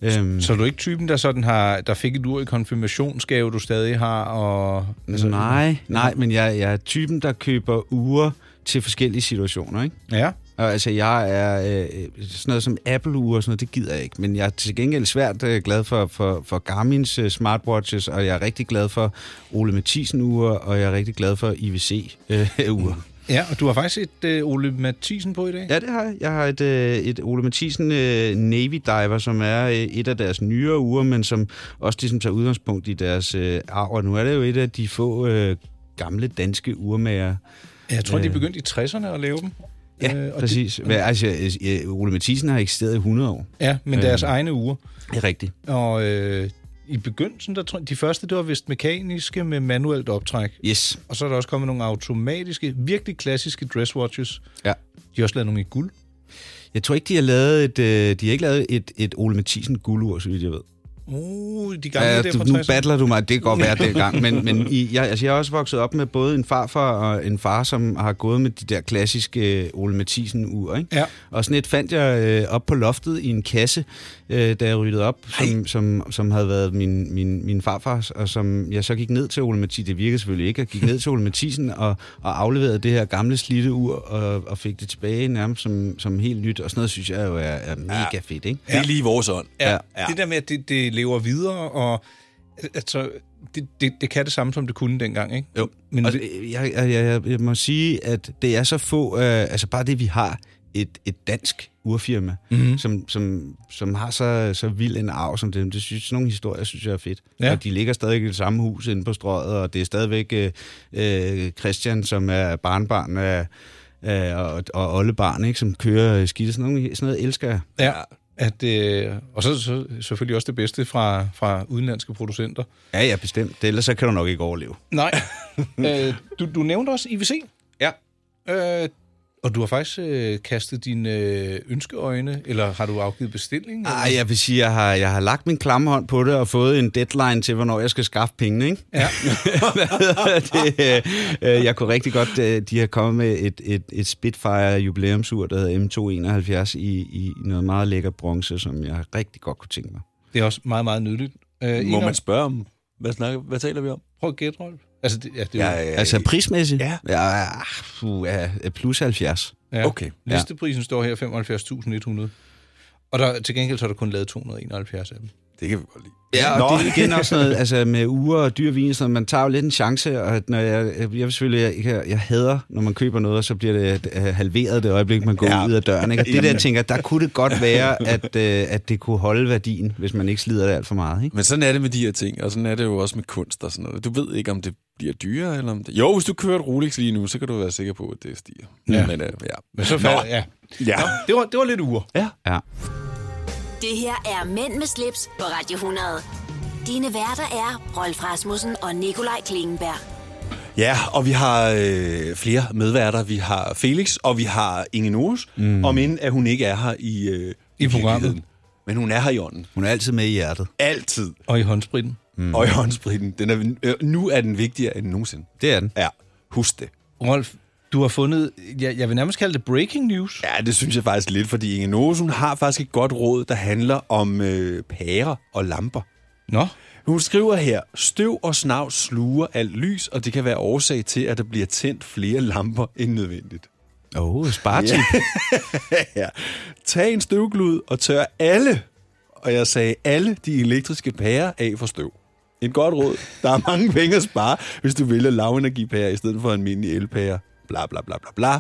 Øhm,
så er du ikke typen, der sådan har, der fik et ur i konfirmationsgave, du stadig har, og...
altså, nej, nej, men jeg, jeg er typen, der køber ure til forskellige situationer, ikke?
Ja.
Og altså, jeg er øh, sådan noget som Apple-ure og sådan noget, det gider jeg ikke. Men jeg er til gengæld svært øh, glad for, for, for Garmin's øh, smartwatches, og jeg er rigtig glad for Ole Mathisen-ure, og jeg er rigtig glad for IWC-ure.
Ja, og du har faktisk et øh, Ole Mathisen på i dag.
Ja, det har jeg. Jeg har et, øh, et Ole Mathisen øh, Navy Diver, som er øh, et af deres nyere ure, men som også ligesom tager udgangspunkt i deres øh, arv. Og nu er det jo et af de få øh, gamle danske urmager,
Jeg tror, de
Øh.
begyndte i 60'erne at lave dem.
Ja,
Øh, og
præcis. Det, altså, øh, Ole Mathisen har eksisteret i 100 år.
Ja, men deres egne uger.
Det er rigtigt.
Og øh, i begyndelsen, der tror jeg, de første, det var vist mekaniske med manuelt optræk.
Yes.
Og så er der også kommet nogle automatiske, virkelig klassiske dresswatches.
Ja.
De har også lavet nogle i guld.
Jeg tror ikke, de har lavet et, øh, de har ikke lavet et, et Ole Mathisen guldur, så vidt jeg ved.
Uh, de gamle ja,
Ja,
der
du,
fra
nu
60'erne.
battler du mig, det kan godt være dengang, men, men i, jeg, altså, jeg er også vokset op med både en farfar og en far, som har gået med de der klassiske øh, Ole Mathisen-ur, ikke?
Ja.
Og sådan et fandt jeg øh, op på loftet i en kasse, øh, da jeg ryddede op, som, som, som havde været min, min, min farfars, og som jeg så gik ned til Ole Mathisen, det virkede selvfølgelig ikke, jeg gik ned til Ole Mathisen og, og afleverede det her gamle slidte ur, og, og fik det tilbage nærmest som, som helt nyt, og sådan noget synes jeg jo er, er mega fedt, ikke?
Det er lige vores ånd.
Ja, ja.
Ja.
Det der med, at det, det lever videre, og altså, det, det, det kan det samme, som det kunne dengang, ikke?
Jo,
Men
men og
det-
det, jeg, jeg, jeg, jeg må sige, at det er så få, øh, altså bare det, vi har et, et dansk urfirma, mm-hmm. som, som, som har så, så vild en arv som dem. Det synes, sådan nogle historier synes jeg er fedt.
Ja.
Ja. Og de ligger stadig i det samme hus inde på strøget, og det er stadigvæk øh, øh, Christian, som er barnbarn af, øh, og, og oldebarn, ikke, som kører øh, skidt. Sådan, nogle, sådan noget elsker jeg.
Ja, at, øh, og så, så selvfølgelig også det bedste fra, fra udenlandske producenter.
Ja, ja, bestemt. Det, ellers så kan du nok ikke overleve.
Nej. øh, du, du nævnte også IVC.
Ja.
Øh, og du har faktisk øh, kastet dine øh, ønskeøjne, eller har du afgivet bestilling?
Ej, jeg vil sige, jeg har, jeg har lagt min klamme hånd på det og fået en deadline til, hvornår jeg skal skaffe pengene, ikke?
Ja.
det, øh, øh, jeg kunne rigtig godt, øh, de har kommet med et, et, et Spitfire jubilæumsur, der hedder M271 i, i noget meget lækker bronze, som jeg rigtig godt kunne tænke mig.
Det er også meget, meget nyttigt. Øh,
Må
Inger,
man spørge om, hvad, snakker, hvad taler vi om?
Prøv at gætte, Rolf. Altså, det, ja, det er
Ja,
jo
ja,
Altså prismæssigt?
Ja.
ja uh, plus 70.
Ja.
Okay,
Ja. Listeprisen står her 75.100. Og der, til gengæld så er der kun lavet 271 af dem.
det kan vi godt lide.
Ja, og Nå. det er igen også noget, altså med uger og dyr vin, og sådan, noget, man tager jo lidt en chance, og at når jeg, jeg, vil selvfølgelig, jeg, jeg hader, når man køber noget, og så bliver det øh, halveret det øjeblik, man går
Ja.
ja. ud af døren. Ikke? Og det der, jeg tænker, der kunne det godt være, at, øh, at det kunne holde værdien, hvis man ikke slider det alt for meget. Ikke?
Men sådan er det med de her ting, og sådan er det jo også med kunst og sådan noget. Du ved ikke, om det bliver dyrere, eller om det... Jo, hvis du kører et Rolex lige nu, så kan du være sikker på, at det stiger.
Ja.
Men, øh, ja.
Men så falder, ja.
ja.
Nå, det, var, det var lidt uger.
ja.
Ja.
Det her er Mænd med slips på Radio 100. Dine værter er Rolf Rasmussen og Nikolaj Klingenberg.
Ja, og vi har øh, flere medværter. Vi har Felix, og vi har Inge Norus, mm. om end at hun ikke er her i, øh,
I programmet.
virkeligheden. Men hun er her i ånden.
Hun er altid med i hjertet.
Altid.
Og i håndspritten.
Mm. Og i håndspritten. Den er, øh, nu er den vigtigere end nogensinde.
Det er den.
Ja, husk det.
Rolf, du har fundet, jeg, jeg vil nærmest kalde det breaking news.
Ja, det synes jeg faktisk lidt, fordi Inge Norus, hun har faktisk et godt råd, der handler om øh, pærer og lamper.
Nå.
Hun skriver her, støv og snavs sluger alt lys, og det kan være årsag til, at der bliver tændt flere lamper end nødvendigt.
Åh, oh, spartip.
ja. Tag en støvglud og tør alle, og jeg sagde alle de elektriske pærer af for støv. Et godt råd. Der er mange penge at spare, hvis du vælger lavenergipærer i stedet for almindelige elpærer. Bla, bla, bla, bla, bla.
Ej,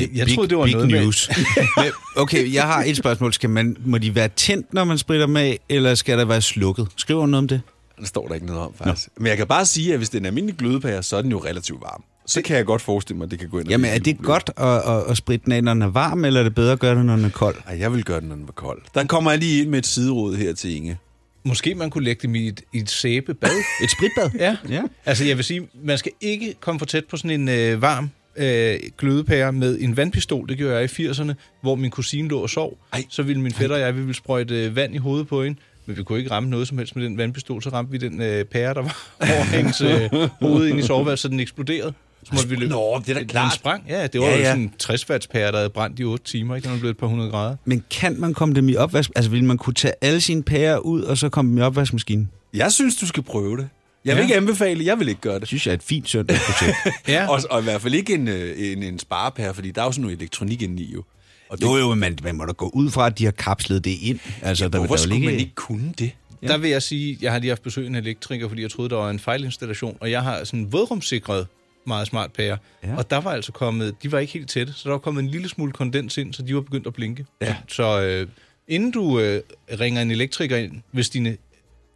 jeg- jeg troede, det var
big
noget med-
news. Men, okay, jeg har et spørgsmål. Skal man, må de være tændt, når man spritter dem af, eller skal der være slukket? Skriver du noget om det?
Det står der ikke noget om, faktisk. Nå. Men jeg kan bare sige, at hvis det er en almindelig glødepære, så er den jo relativt varm. Så kan jeg godt forestille mig, at det kan gå ind og
Jamen,
blive
er
et
det
problem.
godt at, at, at spritte den af, når den er varm, eller er det bedre at gøre det, når den er kold?
Ej, jeg vil gøre den, når den var kold. Der kommer jeg lige ind med et siderod her til Inge.
Måske man kunne lægge dem i et, i et sæbebad.
Et spritbad?
Ja.
Ja.
Altså, jeg vil sige, man skal ikke komme for tæt på sådan en øh, varm øh, glødepære med en vandpistol. Det gjorde jeg i 80'erne, hvor min kusine lå og sov. Ej. Så ville min fætter og jeg, vi ville sprøjte øh, vand i hovedet på hende. Men vi kunne ikke ramme noget som helst med den vandpistol. Så ramte vi den øh, pære, der var over hendes øh, hoved ind i soveværelset, så den eksploderede. Så måtte vi løbe.
Nå, det er da
Den
klart.
sprang. Ja, det var
Ja,
ja, ja.
ja.
sådan en 60 watts pære, der havde brændt i 8 timer. Ikke? Den var blevet et par hundrede grader.
Men kan man komme dem i opvask? Altså, vil man kunne tage alle sine pærer ud, og så komme dem i opvaskemaskinen?
Jeg synes, du skal prøve det. Jeg vil
Ja.
ikke anbefale, jeg vil ikke gøre det.
synes jeg er et fint søndagsprojekt.
Ja.
Og, og i hvert fald ikke en, øh, en, en sparepære, fordi der er jo sådan noget elektronik inde i jo. Og det,
jo, jo, men man må da gå ud fra, at de har kapslet det ind. Altså, ja, der,
hvorfor
der
skulle man ikke kunne det?
Ja. Der vil jeg sige, jeg har lige haft besøg af en elektriker, fordi jeg troede, der var en fejlinstallation, og jeg har sådan en vådrumssikret meget smart pære. Ja. Og der var altså kommet, de var ikke helt tætte, så der var kommet en lille smule kondens ind, så de var begyndt at blinke. Ja. Så øh, inden du øh, ringer en elektriker ind, hvis dine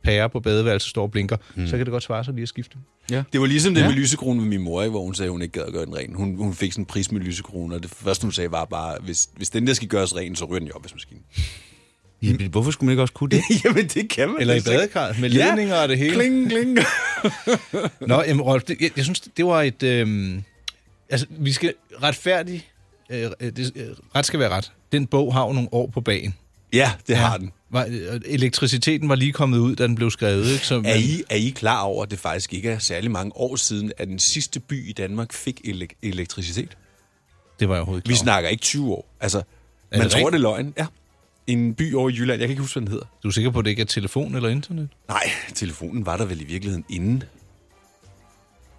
pærer på badeværelset står og blinker, mm. så kan det godt svare sig lige at skifte dem.
Det var ligesom det ja. med lysekronen med min mor, ikke, hvor hun sagde, hun ikke gad at gøre den ren. Hun, hun fik sådan en pris med lysekronen, og det første, hun sagde, var bare, hvis, hvis den der skal gøres ren, så ryger den i opvaskemaskinen.
Jamen, hvorfor skulle man ikke også kunne det?
Jamen, det kan man
Eller i
altså ikke.
badekarret med
Ja.
ledninger og det hele.
Kling, kling.
Nå, jamen, Rolf, det, jeg, jeg synes, det var et... Øh, altså, vi skal retfærdigt... Øh, øh, det, øh, ret skal være ret. Den bog har jo nogle år på bagen.
ja, det ja. har den.
Var, øh, elektriciteten var lige kommet ud, da den blev skrevet, ikke? Så,
Er I, er I klar over, at det faktisk ikke er særlig mange år siden, at den sidste by i Danmark fik elek- elektricitet?
Det var jeg overhovedet
Vi
ikke klar
snakker ikke 20 år. Altså,
det
man tror,
rigtigt?
det er løgn. Ja. En by over i Jylland, jeg kan ikke huske, hvad den hedder.
over. Du er sikker på, at det ikke er telefon eller internet?
Nej, telefonen var der vel i virkeligheden inden.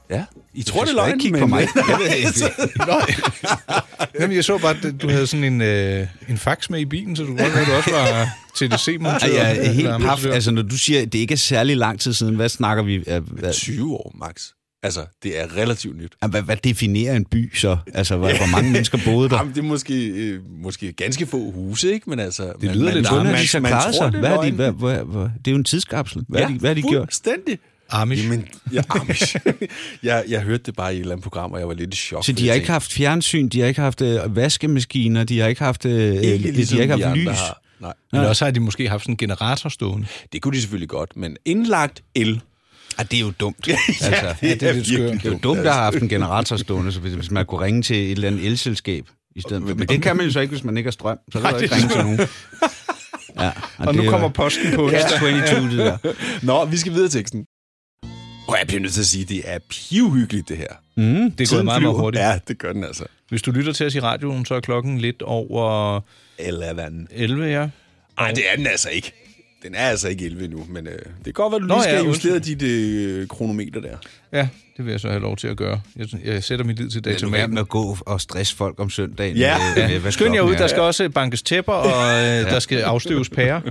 Ja, I tror, det er
skal
løgn,
ikke kigge på mig. Jeg ved
Jamen, jeg så bare, at du havde sådan en, øh, en fax med i bilen, så du godt ved, at du også var TDC-montør.
Ej, jeg er helt
Eller
paf.
amatør.
Altså, når du siger, at det ikke er særlig lang tid siden, hvad snakker vi... øh, Hvad,
20 år, max. Altså, det er relativt nyt.
hvad, hvad definerer en by så? Altså, hvor, hvor mange mennesker boede der?
Jamen, det er måske, øh, måske ganske få huse, ikke? Men altså... Det
lyder lidt
Hvordan
man-
har de så klaret sig? Hvad har de, hvad, hvad, hvad, det er jo en tidskapsel. Hvad, ja, har, de, hvad har de gjort?
Fuldstændig.
Amish.
Jamen, ja, amish. jeg, jeg hørte det bare i et eller andet program, og jeg var lidt i chok.
Så
fordi
de har
jeg
ikke haft fjernsyn, de har ikke haft øh, vaskemaskiner, de har ikke haft, øh,
tænkte,
de har ikke
ligesom de
haft
andre
lys.
har. Nej,
Men også har de måske haft sådan en generator stående.
det kunne de selvfølgelig godt, men indlagt el.
Ah, det er jo dumt. Altså, ja,
det er virkelig
Det er jo dumt, at have haft en generator stående, så hvis, hvis man kunne ringe til et eller andet elselskab i stedet for. Men det kan man jo så ikke, hvis man ikke har strøm. Så kan du ikke ringe til nogen. Ja,
Og nu kommer posten på.
Catch 22, det der.
Nå, vi skal videre til teksten. Og jeg bliver nødt til at sige, at det er pivhyggeligt, det her.
Det er gået meget, meget hurtigt.
Ja, det gør den altså.
Hvis du lytter til os i radioen, så er klokken lidt over
11.
11, ja.
Nej, det er den altså ikke. Den er altså ikke 11 endnu, men øh, det kan godt være, du
Nå,
lige skal
ja,
have justeret dit øh, kronometer der.
Ja, det vil jeg så have lov til at gøre. Jeg, jeg sætter min lid til
Det er med,
datomaten.
med at gå og stresse folk om søndagen.
Ja.
med- med, hvad
Skynd jer
klokken
ud,
er.
der skal også bankes tæpper, og øh, der skal afstøves pærer.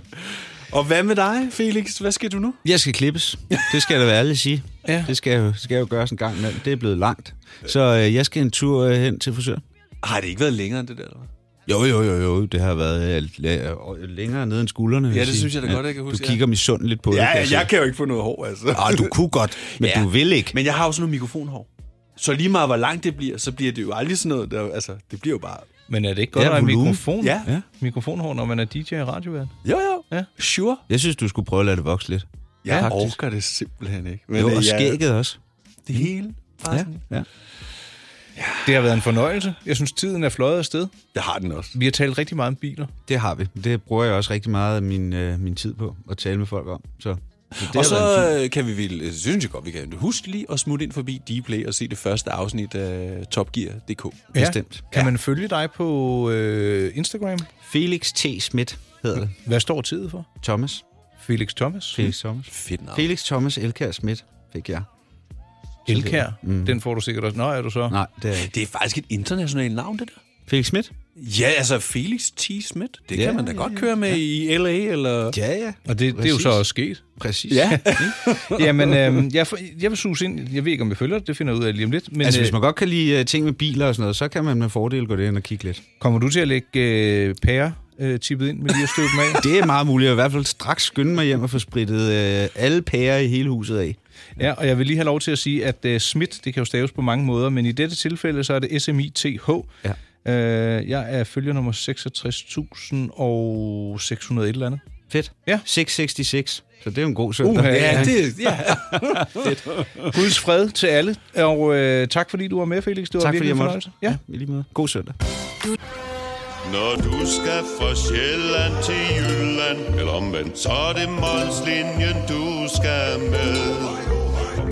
Og hvad med dig, Felix? Hvad skal du nu?
Jeg skal klippes. Det skal jeg da være ærlig at sige.
Ja.
Det skal jeg, jo, skal jeg jo gøres en gang imellem. Det er blevet langt. Så øh, jeg skal en tur øh, hen til frisør.
Har det ikke været længere end det der, eller hvad?
Jo, jo, jo, jo. Det har været øh, læ- øh, længere nede end skuldrene. vil
Ja, det
sige.
synes jeg da godt, jeg kan huske,
Du
ja.
kigger misundeligt på det.
Ja,
kan
jeg,
se.
jeg kan jo ikke få noget hår, altså.
Ah, du kunne godt, men
Ja.
ja. du vil ikke.
Men jeg har jo sådan noget mikrofonhår. Så lige meget, hvor langt det bliver, så bliver det jo aldrig sådan noget. Der, altså, det bliver jo bare...
Men er det ikke godt
Ja,
at have
volumen.
mikrofon?
Ja.
Ja.
Mikrofonhår, når man er DJ i radioværet?
Jo, jo.
Ja.
Sure.
Jeg synes, du skulle prøve at lade det vokse lidt.
Jeg ja,
faktisk.
orker det simpelthen ikke. Men,
Jo,
øh,
og
jeg-
skægget også.
Det hele. Bare
Ja,
sådan.
ja.
Det har været en fornøjelse. Jeg synes, tiden er fløjet afsted.
Det har den også.
Vi har talt rigtig meget om biler.
Det har vi. Det bruger jeg også rigtig meget af min, øh, min tid på at tale med folk om. Så, så det
Det og
har været en
så øh, kan vi vel, øh, synes jeg godt, vi kan huske lige at smutte ind forbi Dplay og se det første afsnit af Top Gear.dk.
fin- bestemt.
Kan man følge dig på øh, Instagram?
Felix T. Schmidt hedder det.
Hvad står tid for?
Thomas.
Felix Thomas?
Felix Thomas.
Fedt navn.
Felix Thomas Elkær Schmidt fik jeg.
Elkær? Mm. Den får du sikkert også. Nå, er du så?
Nej, det er jeg ikke.
Det er faktisk et internationalt navn, det der.
Felix Schmidt?
Ja, altså Felix T. Schmidt. Det
Ja,
kan man da
ja,
godt køre med i L.A. eller...
Ja, ja.
Og det, det er jo
Præcis.
så også sket.
Præcis.
Ja.
Jamen, øhm, jeg, for- jeg vil suge ind. Jeg ved ikke, om jeg følger det. Det finder jeg ud af lige om lidt. Men
Men, altså,
øh,
hvis man godt kan lide øh, ting med biler og sådan noget, så kan man med fordel gå derind og kigge lidt.
kommer du til at lægge øh, pære-tippet ind med lige at støve dem af?
Det er meget muligt. Jeg vil i hvert fald straks skynde mig hjem og få spritet øh, alle pærer i hele huset af.
Ja, og jeg vil lige have lov til at sige, at uh, Smith, det kan jo staves på mange måder, men i dette tilfælde, så er det SMITH.
Ja.
Uh, jeg er følger nummer 66.600 et eller andet.
Fedt.
Ja.
666. Så det er jo en god søndag.
ja.
det, ja.
Guds fred til alle, og uh, tak fordi du var med, Felix. Det var
Tak fordi
virkelig
jeg
en
måtte.
fornøjelse. Ja.
i lige måde. God søndag.
Når du skal fra Sjælland til Jylland Eller omvendt Så er det Molslinjen du skal med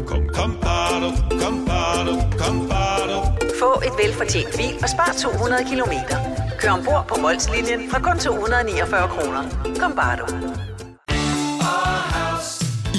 Kom, kom, kom, bado, kom, bado, kom, bado.
Få et velfortjent bil og spar 200 kilometer. Kør ombord på Molslinjen fra kun 249 kroner. Kom bare du.
I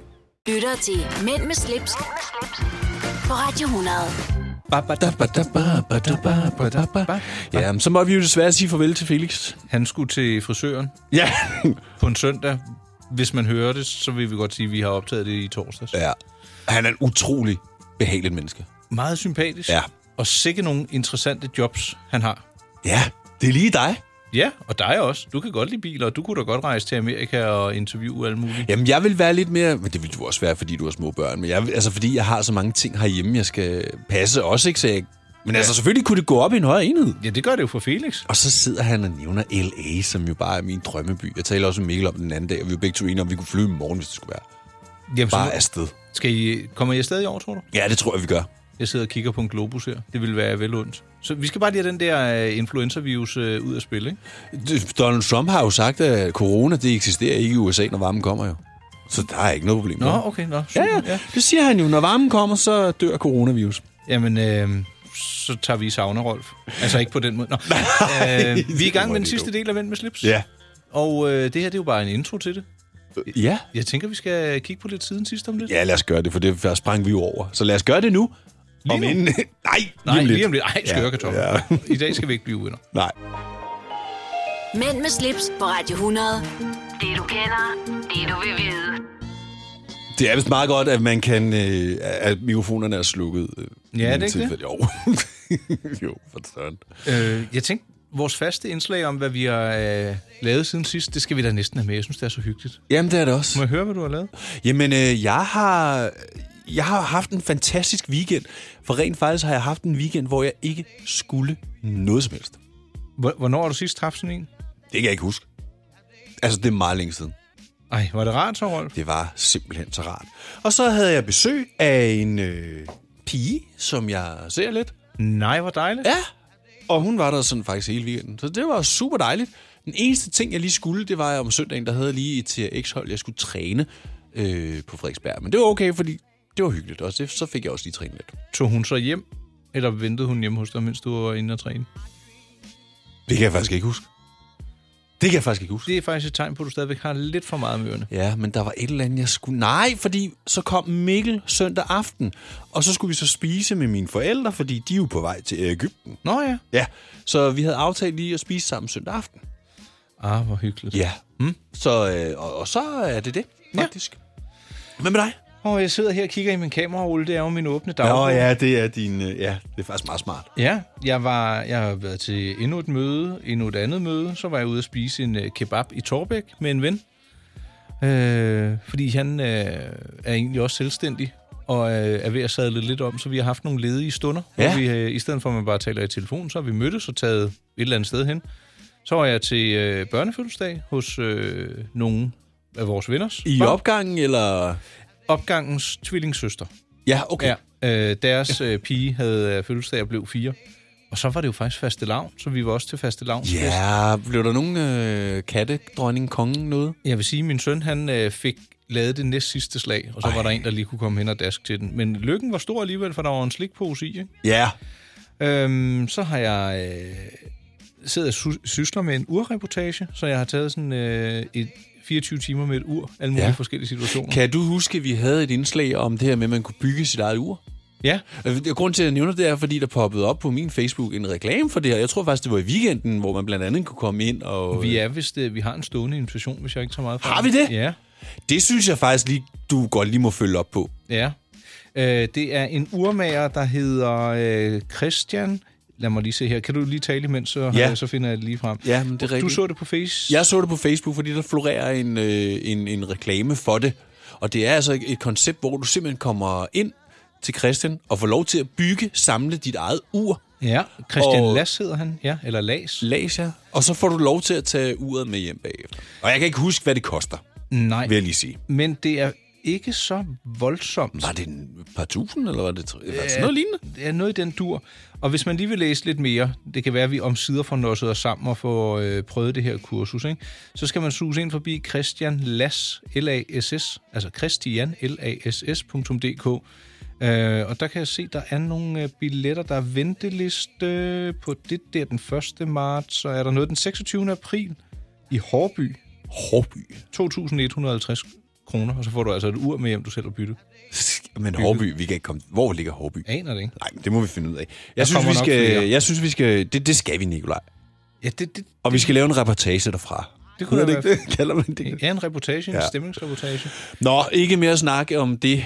Lytter til Mænd med slips på Radio 100.
Ja, men så må vi jo desværre sige farvel til Felix.
Han skulle til frisøren
Ja.
på en søndag. Hvis man hører det, så vil vi godt sige, at vi har optaget det i torsdags.
ja. Han er en utrolig behageligt menneske.
Meget sympatisk.
Ja.
Og sikke nogle interessante jobs, han har.
Ja, det er lige dig.
Ja, og dig også. Du kan godt lide biler, og du kunne da godt rejse til Amerika og interviewe alle mulige.
Jamen, jeg vil være lidt mere... Men det vil du også være, fordi du har små børn. Men jeg, vil- altså, fordi jeg har så mange ting herhjemme, jeg skal passe også, ikke? Så jeg, men ja. altså, selvfølgelig kunne det gå op i en højere enhed.
Ja, det gør det jo for Felix.
Og så sidder han og nævner L.A., som jo bare er min drømmeby. Jeg taler også med Mikkel om den anden dag, og vi var begge to enige om, at vi kunne flyve i morgen, hvis det skulle være.
Jamen, så
Bare afsted.
skal I, kommer I afsted i år, tror du?
Ja, det tror jeg, vi gør.
Jeg sidder og kigger på en globus her. Det ville være vel ondt. Så vi skal bare lige have den der uh, influenza-virus uh, ud af spil, ikke?
Det- Donald Trump har jo sagt, at corona det eksisterer ikke i USA, når varmen kommer jo. Så der er ikke noget problem.
Nå,
med det.
okay, nå.
Ja,
Super,
ja, det siger han jo. Når varmen kommer, så dør coronavirus.
Jamen, øh, så tager vi i sauna, Rolf. Altså ikke på den måde. Nå. øh, vi er i gang med den sidste del af Vend med slips. Og øh, det her, det er jo bare en intro til det.
Ja.
Jeg tænker, vi skal kigge på lidt siden sidst om lidt.
Ja, lad os gøre det, for det der sprang vi jo over. Så lad os gøre det nu. Lige om
nu?
inden... Nej,
Nej, lige om lidt. Ej, skøre
Ja.
ja. I dag skal vi ikke blive uvenner.
Nej.
Mænd med slips på Radio 100. Det du kender, det du vil vide.
Det er vist meget godt, at man kan, øh, at mikrofonerne er slukket. Øh, i
er det
nogle
ikke det?
tilfælde. Jo. jo, for sådan.
Øh, jeg tænkte, vores faste indslag om, hvad vi har øh, lavet siden sidst, det skal vi da næsten have med. Jeg synes, det er så hyggeligt.
Jamen, det er det også.
Må jeg høre, hvad du har lavet?
Jamen, øh, jeg har... Jeg har haft en fantastisk weekend, for rent faktisk har jeg haft en weekend, hvor jeg ikke skulle noget som helst.
Hvor- Hvornår har du sidst haft sådan en?
Det kan jeg ikke huske. Altså, det er meget længe siden.
Ej, var det rart så, Rolf?
Det var simpelthen så rart. Og så havde jeg besøg af en øh, pige, som jeg ser lidt.
Nej, hvor dejligt.
Ja, og hun var der sådan faktisk hele weekenden. Så det var super dejligt. Den eneste ting, jeg lige skulle, det var at om søndagen, der havde jeg lige et TRX-hold, jeg skulle træne øh, på Frederiksberg. Men det var okay, fordi det var hyggeligt også. Det- Så fik jeg også lige trænet lidt.
Tog hun så hjem? Eller ventede hun hjemme hos dig, mens du var inde og træne?
Det kan jeg faktisk ikke huske. Det kan jeg faktisk ikke huske.
Det er faktisk et tegn på, at du stadigvæk har lidt for meget med ørerne.
Ja, men der var et eller andet, jeg skulle... Nej, fordi så kom Mikkel søndag aften, og så skulle vi så spise med mine forældre, fordi de er jo på vej til Ægypten.
Nå ja.
Ja, så vi havde aftalt lige at spise sammen søndag aften.
Ah, hvor hyggeligt.
Ja. Mm. Så, øh, og, og så er det det, faktisk. Ja. Hvad med dig?
Åh, jeg sidder her og kigger i min kamera, Ole. Det er jo min åbne dag.
Nå ja, det er din... øh, Ja, det er faktisk meget smart.
Ja, jeg, var, jeg har været til endnu et møde, endnu et andet møde. Så var jeg ude at spise en øh, kebab i Torbæk med en ven. Øh, fordi han øh, er egentlig også selvstændig og øh, er ved at sadle lidt om, så vi har haft nogle ledige stunder.
Ja.
Hvor vi, øh, I stedet for, at man bare taler i telefon, så har vi mødtes og taget et eller andet sted hen. Så var jeg til øh, børnefødselsdag hos øh, nogle af vores venners.
I
børn.
opgangen, eller...
Opgangens tvillingssøster.
Ja, okay.
Ja, øh, deres øh, pige havde øh, fødselsdag og blev fire. Og så var det jo faktisk faste lavn, så vi var også til faste lavn.
Ja, blev der nogen øh, katte, dronning, kongen, noget?
Jeg vil sige, at min søn han øh, fik lavet det næst sidste slag, og så Ej. var der en, der lige kunne komme hen og daske til den. Men lykken var stor alligevel, for der var en slikpose i. Ikke?
Ja.
Øhm, så har jeg øh, siddet og sy- sysler med en urreportage, så jeg har taget sådan øh, et 24 timer med et ur, alle mulige ja. forskellige situationer.
Kan du huske, at vi havde et indslag om det her med, at man kunne bygge sit eget ur?
Ja.
Øh, Grunden til, at jeg nævner det, er, fordi der poppede op på min Facebook en reklame for det her. Jeg tror faktisk, det var i weekenden, hvor man blandt andet kunne komme ind og...
Vi er vist, øh, vi har en stående invitation, hvis jeg ikke tager meget fra
Har vi
den.
det?
Ja.
Det synes jeg faktisk lige, du godt lige må følge op på.
Ja. Øh, det er en urmager, der hedder øh, Christian. Lad mig lige se her. Kan du lige tale imens, så,
Ja.
ja. så finder jeg det lige frem.
Ja, men det er
Du
rigtigt.
så det på Face?
Jeg så det på Facebook, fordi der florerer en, øh, en, en reklame for det. Og det er altså et koncept, hvor du simpelthen kommer ind til Christian og får lov til at bygge, samle dit eget ur.
Ja, Christian
Og-
og... Lass hedder han. Ja, eller Las.
Las, ja. Og så får du lov til at tage uret med hjem bagefter. Og jeg kan ikke huske, hvad det koster,
Nej,
vil jeg lige sige.
men det er ikke så voldsomt.
Var det en par tusind, eller var det, tre- var det sådan noget lignende?
Det er noget i den dur. Og hvis man lige vil læse lidt mere, det kan være, at vi omsider får nosset os sammen og får øh, prøvet det her kursus, ikke? så skal man suge ind forbi Christian Lass, L-A-S-S, altså Christian L-A-S-S.dk. Øh, og der kan jeg se, der er nogle øh, billetter, der er venteliste på det der den 1. marts, så er der noget den 26. april i Hårby.
Hårby?
2.150 kroner, og så får du altså et ur med hjem, du selv har byttet.
Men Hårby, vi kan ikke komme... Hvor ligger Hårby?
Aner det ikke.
Nej, men det må vi finde ud af.
Der
Jeg, synes
kommer
vi,
nok
skal,
flere.
jeg synes, vi skal... Det, det skal vi, Nikolaj.
Ja, det, det,
Og vi skal lave en reportage derfra.
det kunne da
Hedder
være.
det ikke det? Kalder man det ikke det?
Ja, en reportage, en
Ja.
ja. stemningsreportage.
Nå, ikke mere snak om det,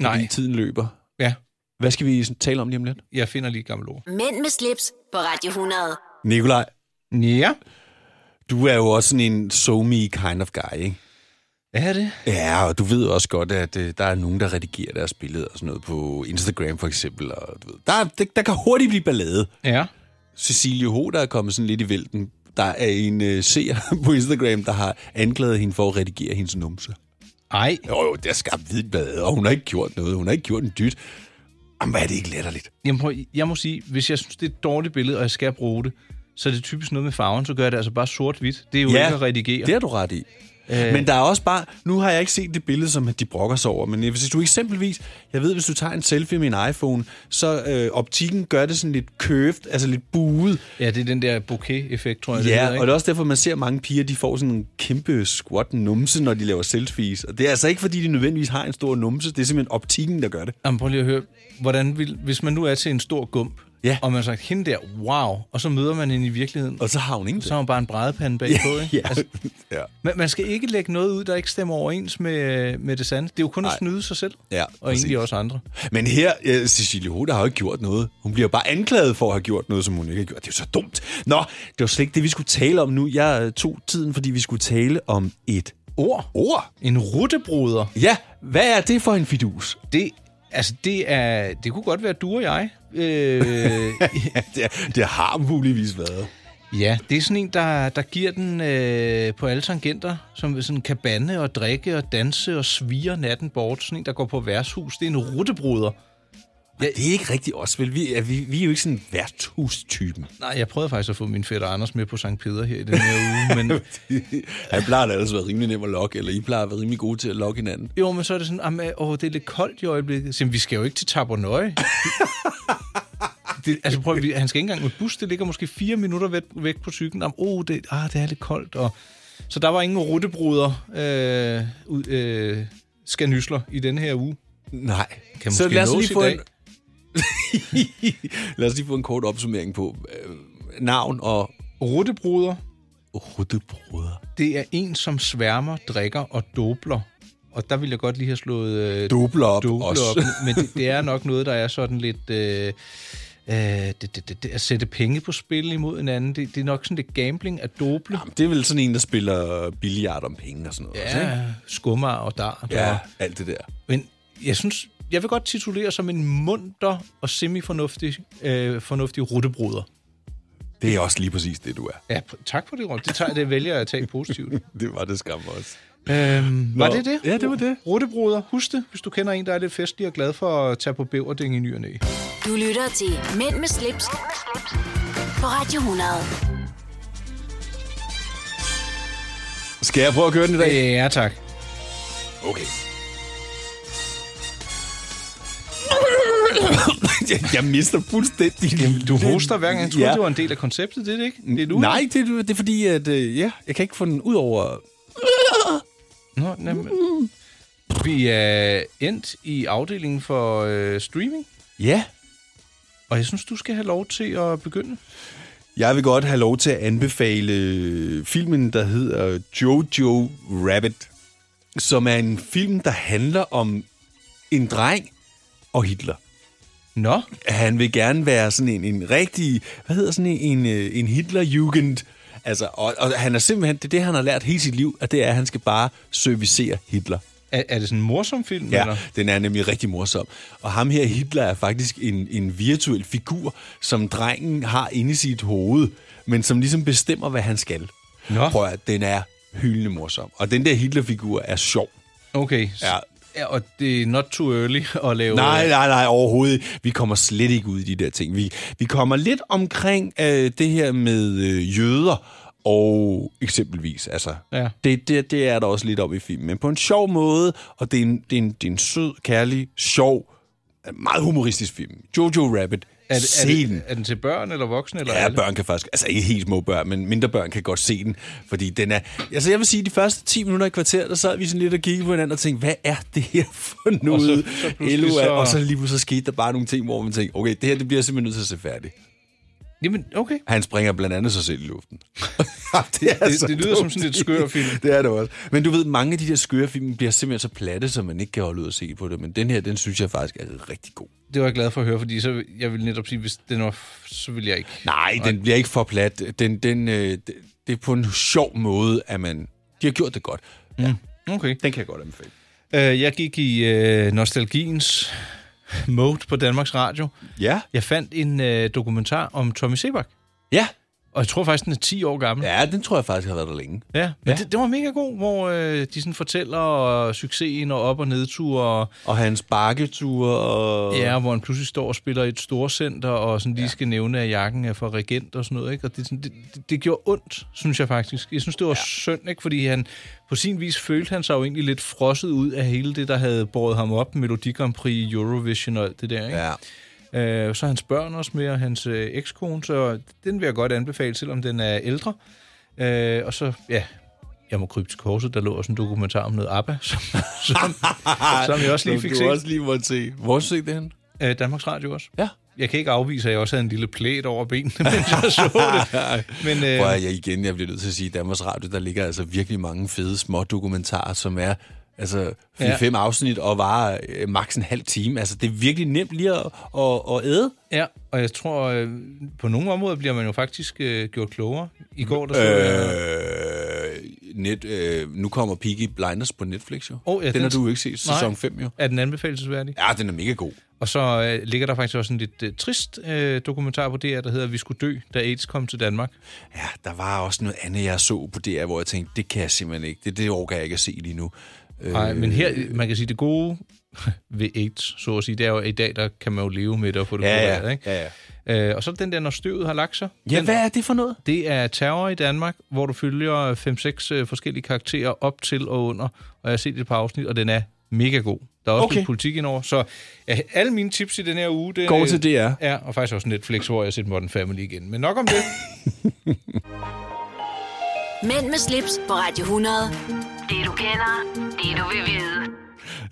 Nej.
fordi tiden løber.
Ja.
Hvad skal vi sådan tale om lige om lidt?
Jeg finder lige et gammelt ord.
Mænd med slips på Radio 100.
Nikolaj,
Ja.
du er jo også sådan en so me kind of guy, ikke?
Er det?
Ja, og du ved også godt, at øh, der er nogen, der redigerer deres billeder og sådan noget på Instagram for eksempel. Og du ved, der, der, der kan hurtigt blive ballade.
Ja.
Cecilie H., der er kommet sådan lidt i vælten. Der er en øh, seer på Instagram, der har anklaget hende for at redigere hendes numse.
Ej.
Jo, jo, det har skabt hvidt ballade, og hun har ikke gjort noget. Hun har ikke gjort en dyt. Jamen, hvad er det ikke latterligt?
Jamen, prøv, jeg må sige, hvis jeg synes, det er et dårligt billede, og jeg skal bruge det, så er det typisk noget med farven, så gør jeg det altså bare sort-hvidt. Det er jo ja, ikke at redigere.
det har du ret i. Øh. Men der er også bare... Nu har jeg ikke set det billede, som de brokker sig over, men hvis du eksempelvis... Jeg ved, hvis du tager en selfie med en iPhone, så øh, optikken gør det sådan lidt curved, altså lidt buet.
Ja, det er den der bouquet-effekt, tror jeg.
Ja,
hedder, ikke?
og det er også derfor, man ser mange piger, de får sådan en kæmpe squat numse, når de laver selfies. Og det er altså ikke, fordi de nødvendigvis har en stor numse. Det er simpelthen optikken, der gør det.
Jamen, prøv lige at høre, hvordan vil, hvis man nu er til en stor gump,
Ja.
og man har sagt, hende der, wow, og så møder man hende i virkeligheden,
Og så har hun ingenting.
så har hun bare en brædepande bagpå, ikke?
ja. ja.
Man, man skal ikke lægge noget ud, der ikke stemmer overens med, med det sande. Det er jo kun Nej. at snyde sig selv,
Ja,
og
præcis.
egentlig også andre.
Men her, øh, Cecilie Hoda har jo ikke gjort noget. Hun bliver bare anklaget for at have gjort noget, som hun ikke har gjort. Det er jo så dumt. Nå, det var slet ikke det, vi skulle tale om nu. Jeg øh, tog tiden, fordi vi skulle tale om et
Ord.
ord.
En ruttebruder.
Ja, hvad er det for en fidus?
Det, altså, det, er, det kunne godt være du og jeg. Øh,
ja, det, det har muligvis været.
ja, det er sådan en, der, der giver den øh, på alle tangenter, som sådan kan bande og drikke og danse og svire natten bort. Sådan en, der går på værtshus. Det er en ruttebruder.
Ja. Det er ikke rigtigt os, vel? Vi er, vi, vi er jo ikke sådan værtshustypen.
Nej, jeg prøvede faktisk at få min fætter Anders med på Sankt Peter her i den her uge, men
Han plejer da ellers at være rimelig nem at lokke, eller I plejer at være rimelig gode til at lokke hinanden.
jo, men så er det sådan, jamen, øh, åh, det er lidt koldt i øjeblikket. Så, vi skal jo ikke til Tabernøje. det, altså prøv, at- vi, han skal ikke engang med bus, det ligger måske fire minutter væk, væk på cyklen. Jamen, åh, det, ah, det er lidt koldt. Og, så der var ingen ruttebruder øh, ud, øh, skal nysler i den her uge.
Nej.
Kan
Så
måske
lad os
nås
lige
i
få
dag.
en- Lad os lige få en kort opsummering på øh, navn og
Ruttebruder,
ruttebruder.
det er en, som sværmer, drikker og dobler Og der ville jeg godt lige have slået... Øh,
Dobler op
dobler
også.
op. Men det, det er nok noget, der er sådan lidt... Øh, øh, det, det, det, det, at sætte penge på spil imod en anden, det, det er nok sådan lidt gambling at doble.
Jamen, det er vel sådan en, der spiller billiard om penge og sådan noget. også, ikke?
Ja, skummer og der.
ja alt det der.
Men jeg synes, jeg vil godt titulere som en munter og semi-fornuftig øh, fornuftig rutebruder.
Det er også lige præcis det, du er.
Ja, pr- tak for det, Rolf. Det, tager, det vælger jeg at tage positivt.
Det var det skræmme også.
Øhm,
Nå.
var det det?
Ja, det var det.
Ruttebruder, husk det, hvis du kender en, der er lidt festlig og glad for at tage på bæverding i ny og næ.
Du lytter til Mænd med slips, på Radio 100.
Skal jeg prøve at køre den i dag?
Ja, tak.
Okay. jeg, jeg mister fuldstændig... Jamen,
Du hoster hver gang, jeg troede, ja. det var en del af konceptet, det er det ikke? Det er du.
Nej, det, er- det er fordi, at øh, ja, jeg kan ikke få den ud over...
Nå, jamen. Vi er endt i afdelingen for øh, streaming,
Ja,
og jeg synes, du skal have lov til at begynde.
jeg vil godt have lov til at anbefale filmen, der hedder Jojo Rabbit, som er en film, der handler om en dreng og Hitler.
Nå,
han vil gerne være sådan en, en rigtig, hvad hedder sådan en, en, øh, en Hitlerjugend. Altså, og, og han er simpelthen, det er det, han har lært hele sit liv, at det er, at han skal bare servicere Hitler.
er, er det sådan en morsom film?
Ja,
Eller?
den er nemlig rigtig morsom. Og ham her, Hitler, er faktisk en, en virtuel figur, som drengen har inde i sit hoved, men som ligesom bestemmer, hvad han skal.
Nå.
Prøv at den er hyldende morsom. Og den der Hitler-figur er sjov.
Okay, s-
Ja.
ja. og det er not too early at lave... øh,
Nej, nej, nej, overhovedet. ikke. Vi kommer slet ikke ud i de der ting. Vi, vi kommer lidt omkring øh, det her med øh, jøder og eksempelvis, altså.
Ja.
Det, det, det er der også lidt om i filmen, men på en sjov måde, og det er en, det er en, det er en sød, kærlig, sjov, meget humoristisk film. Jojo Rabbit.
Er, det,
Se
er, det,
den.
er den til børn eller voksne? Eller
Ja,
alle?
børn kan faktisk, altså ikke helt små børn, men mindre børn kan godt se den, fordi den er, altså jeg vil sige, de første 10 minutter i kvarter, der sad vi sådan lidt og kiggede på hinanden og tænkte, hvad er det her for noget?
så pludselig
LOL?
så-
Og så lige pludselig så skete der bare nogle ting, hvor man tænkte, okay, det her det bliver jeg simpelthen nødt til at se færdigt.
Jamen, okay.
Han springer blandt andet sig selv i luften. det, er
Det,
så
det lyder som
dumt.
sådan lidt skør film.
Det er det også. Men du ved, mange af de der skøre film bliver simpelthen så platte, så man ikke kan holde ud at se på det. Men den her, den synes jeg faktisk er rigtig god.
Det var jeg glad for at høre, fordi så, jeg ville netop sige, hvis den var, f- så ville jeg ikke.
Nej, den bliver ikke for plat. Den, den, øh, det, det er på en sjov måde, at man... De har gjort det godt.
Okay.
Den kan jeg godt anbefale.
Øh, jeg gik i øh, nostalgiens mode på Danmarks Radio.
Ja.
Jeg fandt en øh, dokumentar om Tommy Sebak,
Ja.
og jeg tror faktisk, den er 10 år gammel.
Ja, den tror jeg faktisk har været der længe.
Ja, men
Ja.
ja. Det, det var mega god, hvor øh, de sådan fortæller og succesen og op- og nedture, og,
Og hans bakketure og...
ja, hvor han pludselig står og spiller i et storcenter, og sådan lige ja. skal nævne, at jakken er for regent og sådan noget. Ikke? Og det, er sådan- det, det, det gjorde ondt, synes jeg faktisk. Jeg synes, det var ja. synd, ikke? fordi han på sin vis følte han sig jo egentlig lidt frosset ud af hele det, der havde båret ham op, Melodi Grand Prix, Eurovision og alt det der. Ikke?
Ja.
Øh, så er hans børn også med, og hans øh, ekskone, så den vil jeg godt anbefale, selvom den er ældre. Øh, og så, ja, jeg må krybe til korset, der lå også en dokumentar om noget ABBA, som, som, som jeg også lige fik
Du
set.
også lige måtte se. Hvor så det hen?
Øh, Danmarks Radio også.
Ja.
Jeg kan ikke afvise, at jeg også havde en lille plæt over benene, mens jeg så det. Men, øh,
Prøv at, jeg igen, jeg bliver nødt til at sige, at Danmarks Radio, der ligger altså virkelig mange fede små dokumentarer, som er altså 4-5 ja. afsnit og varer øh, maks en halv time. Altså, det er virkelig nemt lige at, at, at æde.
Ja, og jeg tror, øh, på nogle områder bliver man jo faktisk øh, gjort klogere. I går, der så jeg...
Øh, net, øh, nu kommer Peaky Blinders på Netflix jo.
Åh, ja,
den,
den-
har du jo ikke set,
Nej.
sæson 5 jo.
Er den anbefalesværdig?
Ja, den er mega god.
Og så øh, ligger der faktisk også en lidt øh, trist øh, dokumentar på DR, der hedder Vi skulle dø, da AIDS kom til Danmark.
Ja, der var også noget andet, jeg så på DR, hvor jeg tænkte, det kan jeg simpelthen ikke. Det, det orker jeg ikke at se lige nu.
Nej, men her, man kan sige, det gode ved AIDS, så at sige, det er jo, at i dag, der kan man jo leve med det og få det
Ja,
kureret,
ja,
ikke?
ja, ja.
Øh, og så den der, når støvet har lagt sig.
Ja,
den,
hvad er det for noget?
Det er terror i Danmark, hvor du følger 5-6 øh, forskellige karakterer op til og under, og jeg har set et par afsnit, og den er mega god. Der er også
Okay.
lidt politik indover, så ja, alle mine tips i den her uge... Det,
Går til DR.
Ja, og faktisk også Netflix, hvor jeg har set Modern Family igen. Men nok om det.
Mænd med slips på Radio 100. Det du kender, det du vil vide.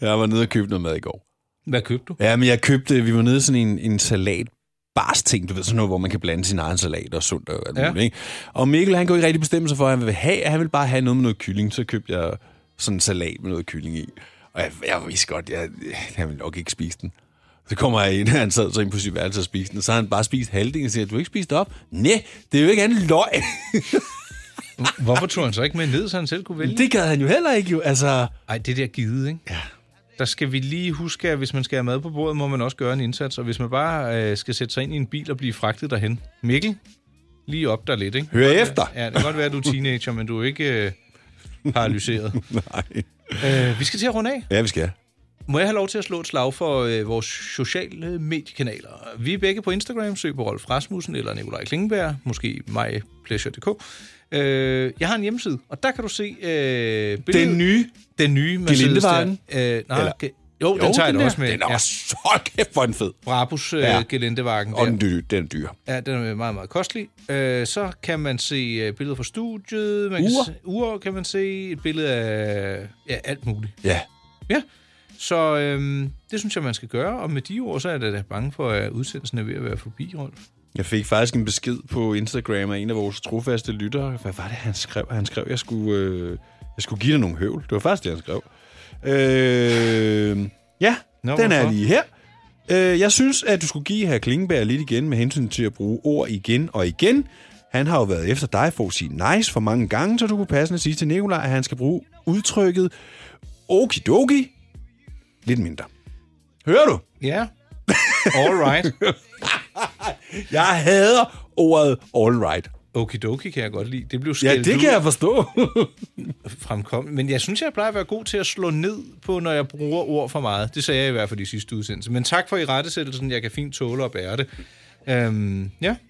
Jeg var nede og købte noget mad i går.
Hvad købte du?
Ja, men jeg købte, vi var nede i sådan en, en salat bars ting, du ved, sådan noget, hvor man kan blande sin egen salat og sundt og alt
Ja.
muligt, ikke? Og Mikkel, han kunne ikke rigtig bestemme sig for, at han ville have, han ville bare have noget med noget kylling, så købte jeg sådan en salat med noget kylling i. Og jeg, jeg vidste godt, jeg, jeg ville nok ikke spise den. Så kommer jeg ind, og han sad så inde på sit værelse og spiste den. Så har han bare spist halvdelen og siger, du har ikke spist op? Nej, det er jo ikke andet løg.
Hvorfor tog han så ikke med ned, så han selv kunne vælge?
Det gad han jo heller ikke, jo. Altså...
Ej, det der givet, ikke? Ja. Der skal vi lige huske, at hvis man skal have mad på bordet, må man også gøre en indsats. Og hvis man bare øh, skal sætte sig ind i en bil og blive fragtet derhen. Mikkel, lige op der lidt, ikke?
Hør
Det kan godt
efter.
være- Ja, det kan godt være, at du er teenager, men du er ikke øh, paralyseret. Nej. Øh, vi skal til at runde af.
Ja, vi skal.
Må jeg have lov til at slå et slag for øh, vores sociale mediekanaler? Vi er begge på Instagram, søg på Rolf Rasmussen eller Nikolaj Klingenberg, måske mypleasure.dk. Øh, jeg har en hjemmeside, og der kan du se øh, billedet.
Den nye?
Den nye
Gelindewagen?
der. Øh, nej,
Eller-
ge- jo, jo, den tager jeg da
der.
også med.
Den er også så kæft for en fed.
Brabus øh,
Ja.
Gelindewagen.
Og
der.
den, dy, den er dyr.
Ja, den er meget, meget kostelig. Øh, så kan man se øh, billeder fra studiet. Man
Ure.
Kan se, ure kan man se. Et billede af ja, alt muligt.
Ja.
Ja, så øhm, det synes jeg, man skal gøre. Og med de ord, så er jeg da bange for, at udsendelsen er ved at være forbi, Rolf.
Jeg fik faktisk en besked på Instagram af en af vores trofaste lyttere. Hvad var det, han skrev? Han skrev, jeg skulle, øh, jeg skulle give dig nogle høvl. Det var faktisk det, han skrev. Øh, ja,
Nå,
Nå, den er
hvorfor?
lige her. Øh, jeg synes, at du skulle give herr Klingenberg lidt igen med hensyn til at bruge ord igen og igen. Han har jo været efter dig for at sige nice for mange gange, så du kunne passende sige til Nikolaj, at han skal bruge udtrykket okidoki lidt mindre. Hører du?
Ja. All right.
Jeg hader ordet all right.
Okidoki kan jeg godt lide. Det blev
Ja,
skældt
det kan jeg forstå.
fremkom. Men jeg synes, jeg plejer at være god til at slå ned på, når jeg bruger ord for meget. Det sagde jeg i hvert fald i sidste udsendelse. Men tak for i rettesættelsen. Jeg kan fint tåle og bære det. Øhm, ja.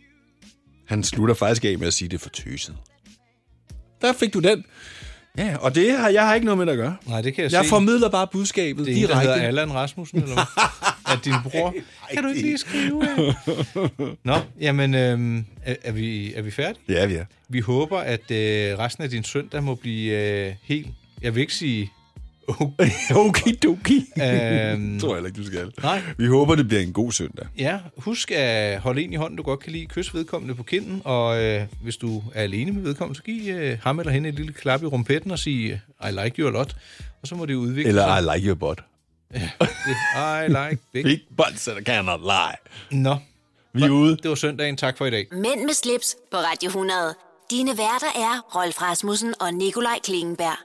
Han slutter faktisk af med at sige, det er for tøset. Der fik du den. Ja, og det har jeg har ikke noget med det at gøre.
Nej, det kan jeg,
Jeg
se.
formidler bare budskabet
det er en, der
direkte.
hedder Allan Rasmussen, eller hvad? At din bror... Kan du ikke lige skrive? Nå, jamen, øhm, er, er, vi, er vi færdige?
Ja, vi er.
Vi håber, at øh, resten af din søndag må blive øh, helt... Jeg vil ikke sige...
Okidoki.
Øhm.
tror jeg heller ikke, du skal.
Nej.
Vi håber, det bliver en god søndag.
Ja, husk at holde en i hånden, du godt kan lide. Kys vedkommende på kinden, og øh, hvis du er alene med vedkommende, så giv øh, ham eller hende et lille klap i rumpetten og sige, I like you a lot. Og så må det udvikle
Eller I
sig.
like your butt.
I like big.
Big butt, så der cannot lie.
Nå,
Vi er ude.
det var søndagen. Tak for i dag.
Mænd med slips på Radio 100. Dine værter er Rolf Rasmussen og Nikolaj Klingenberg.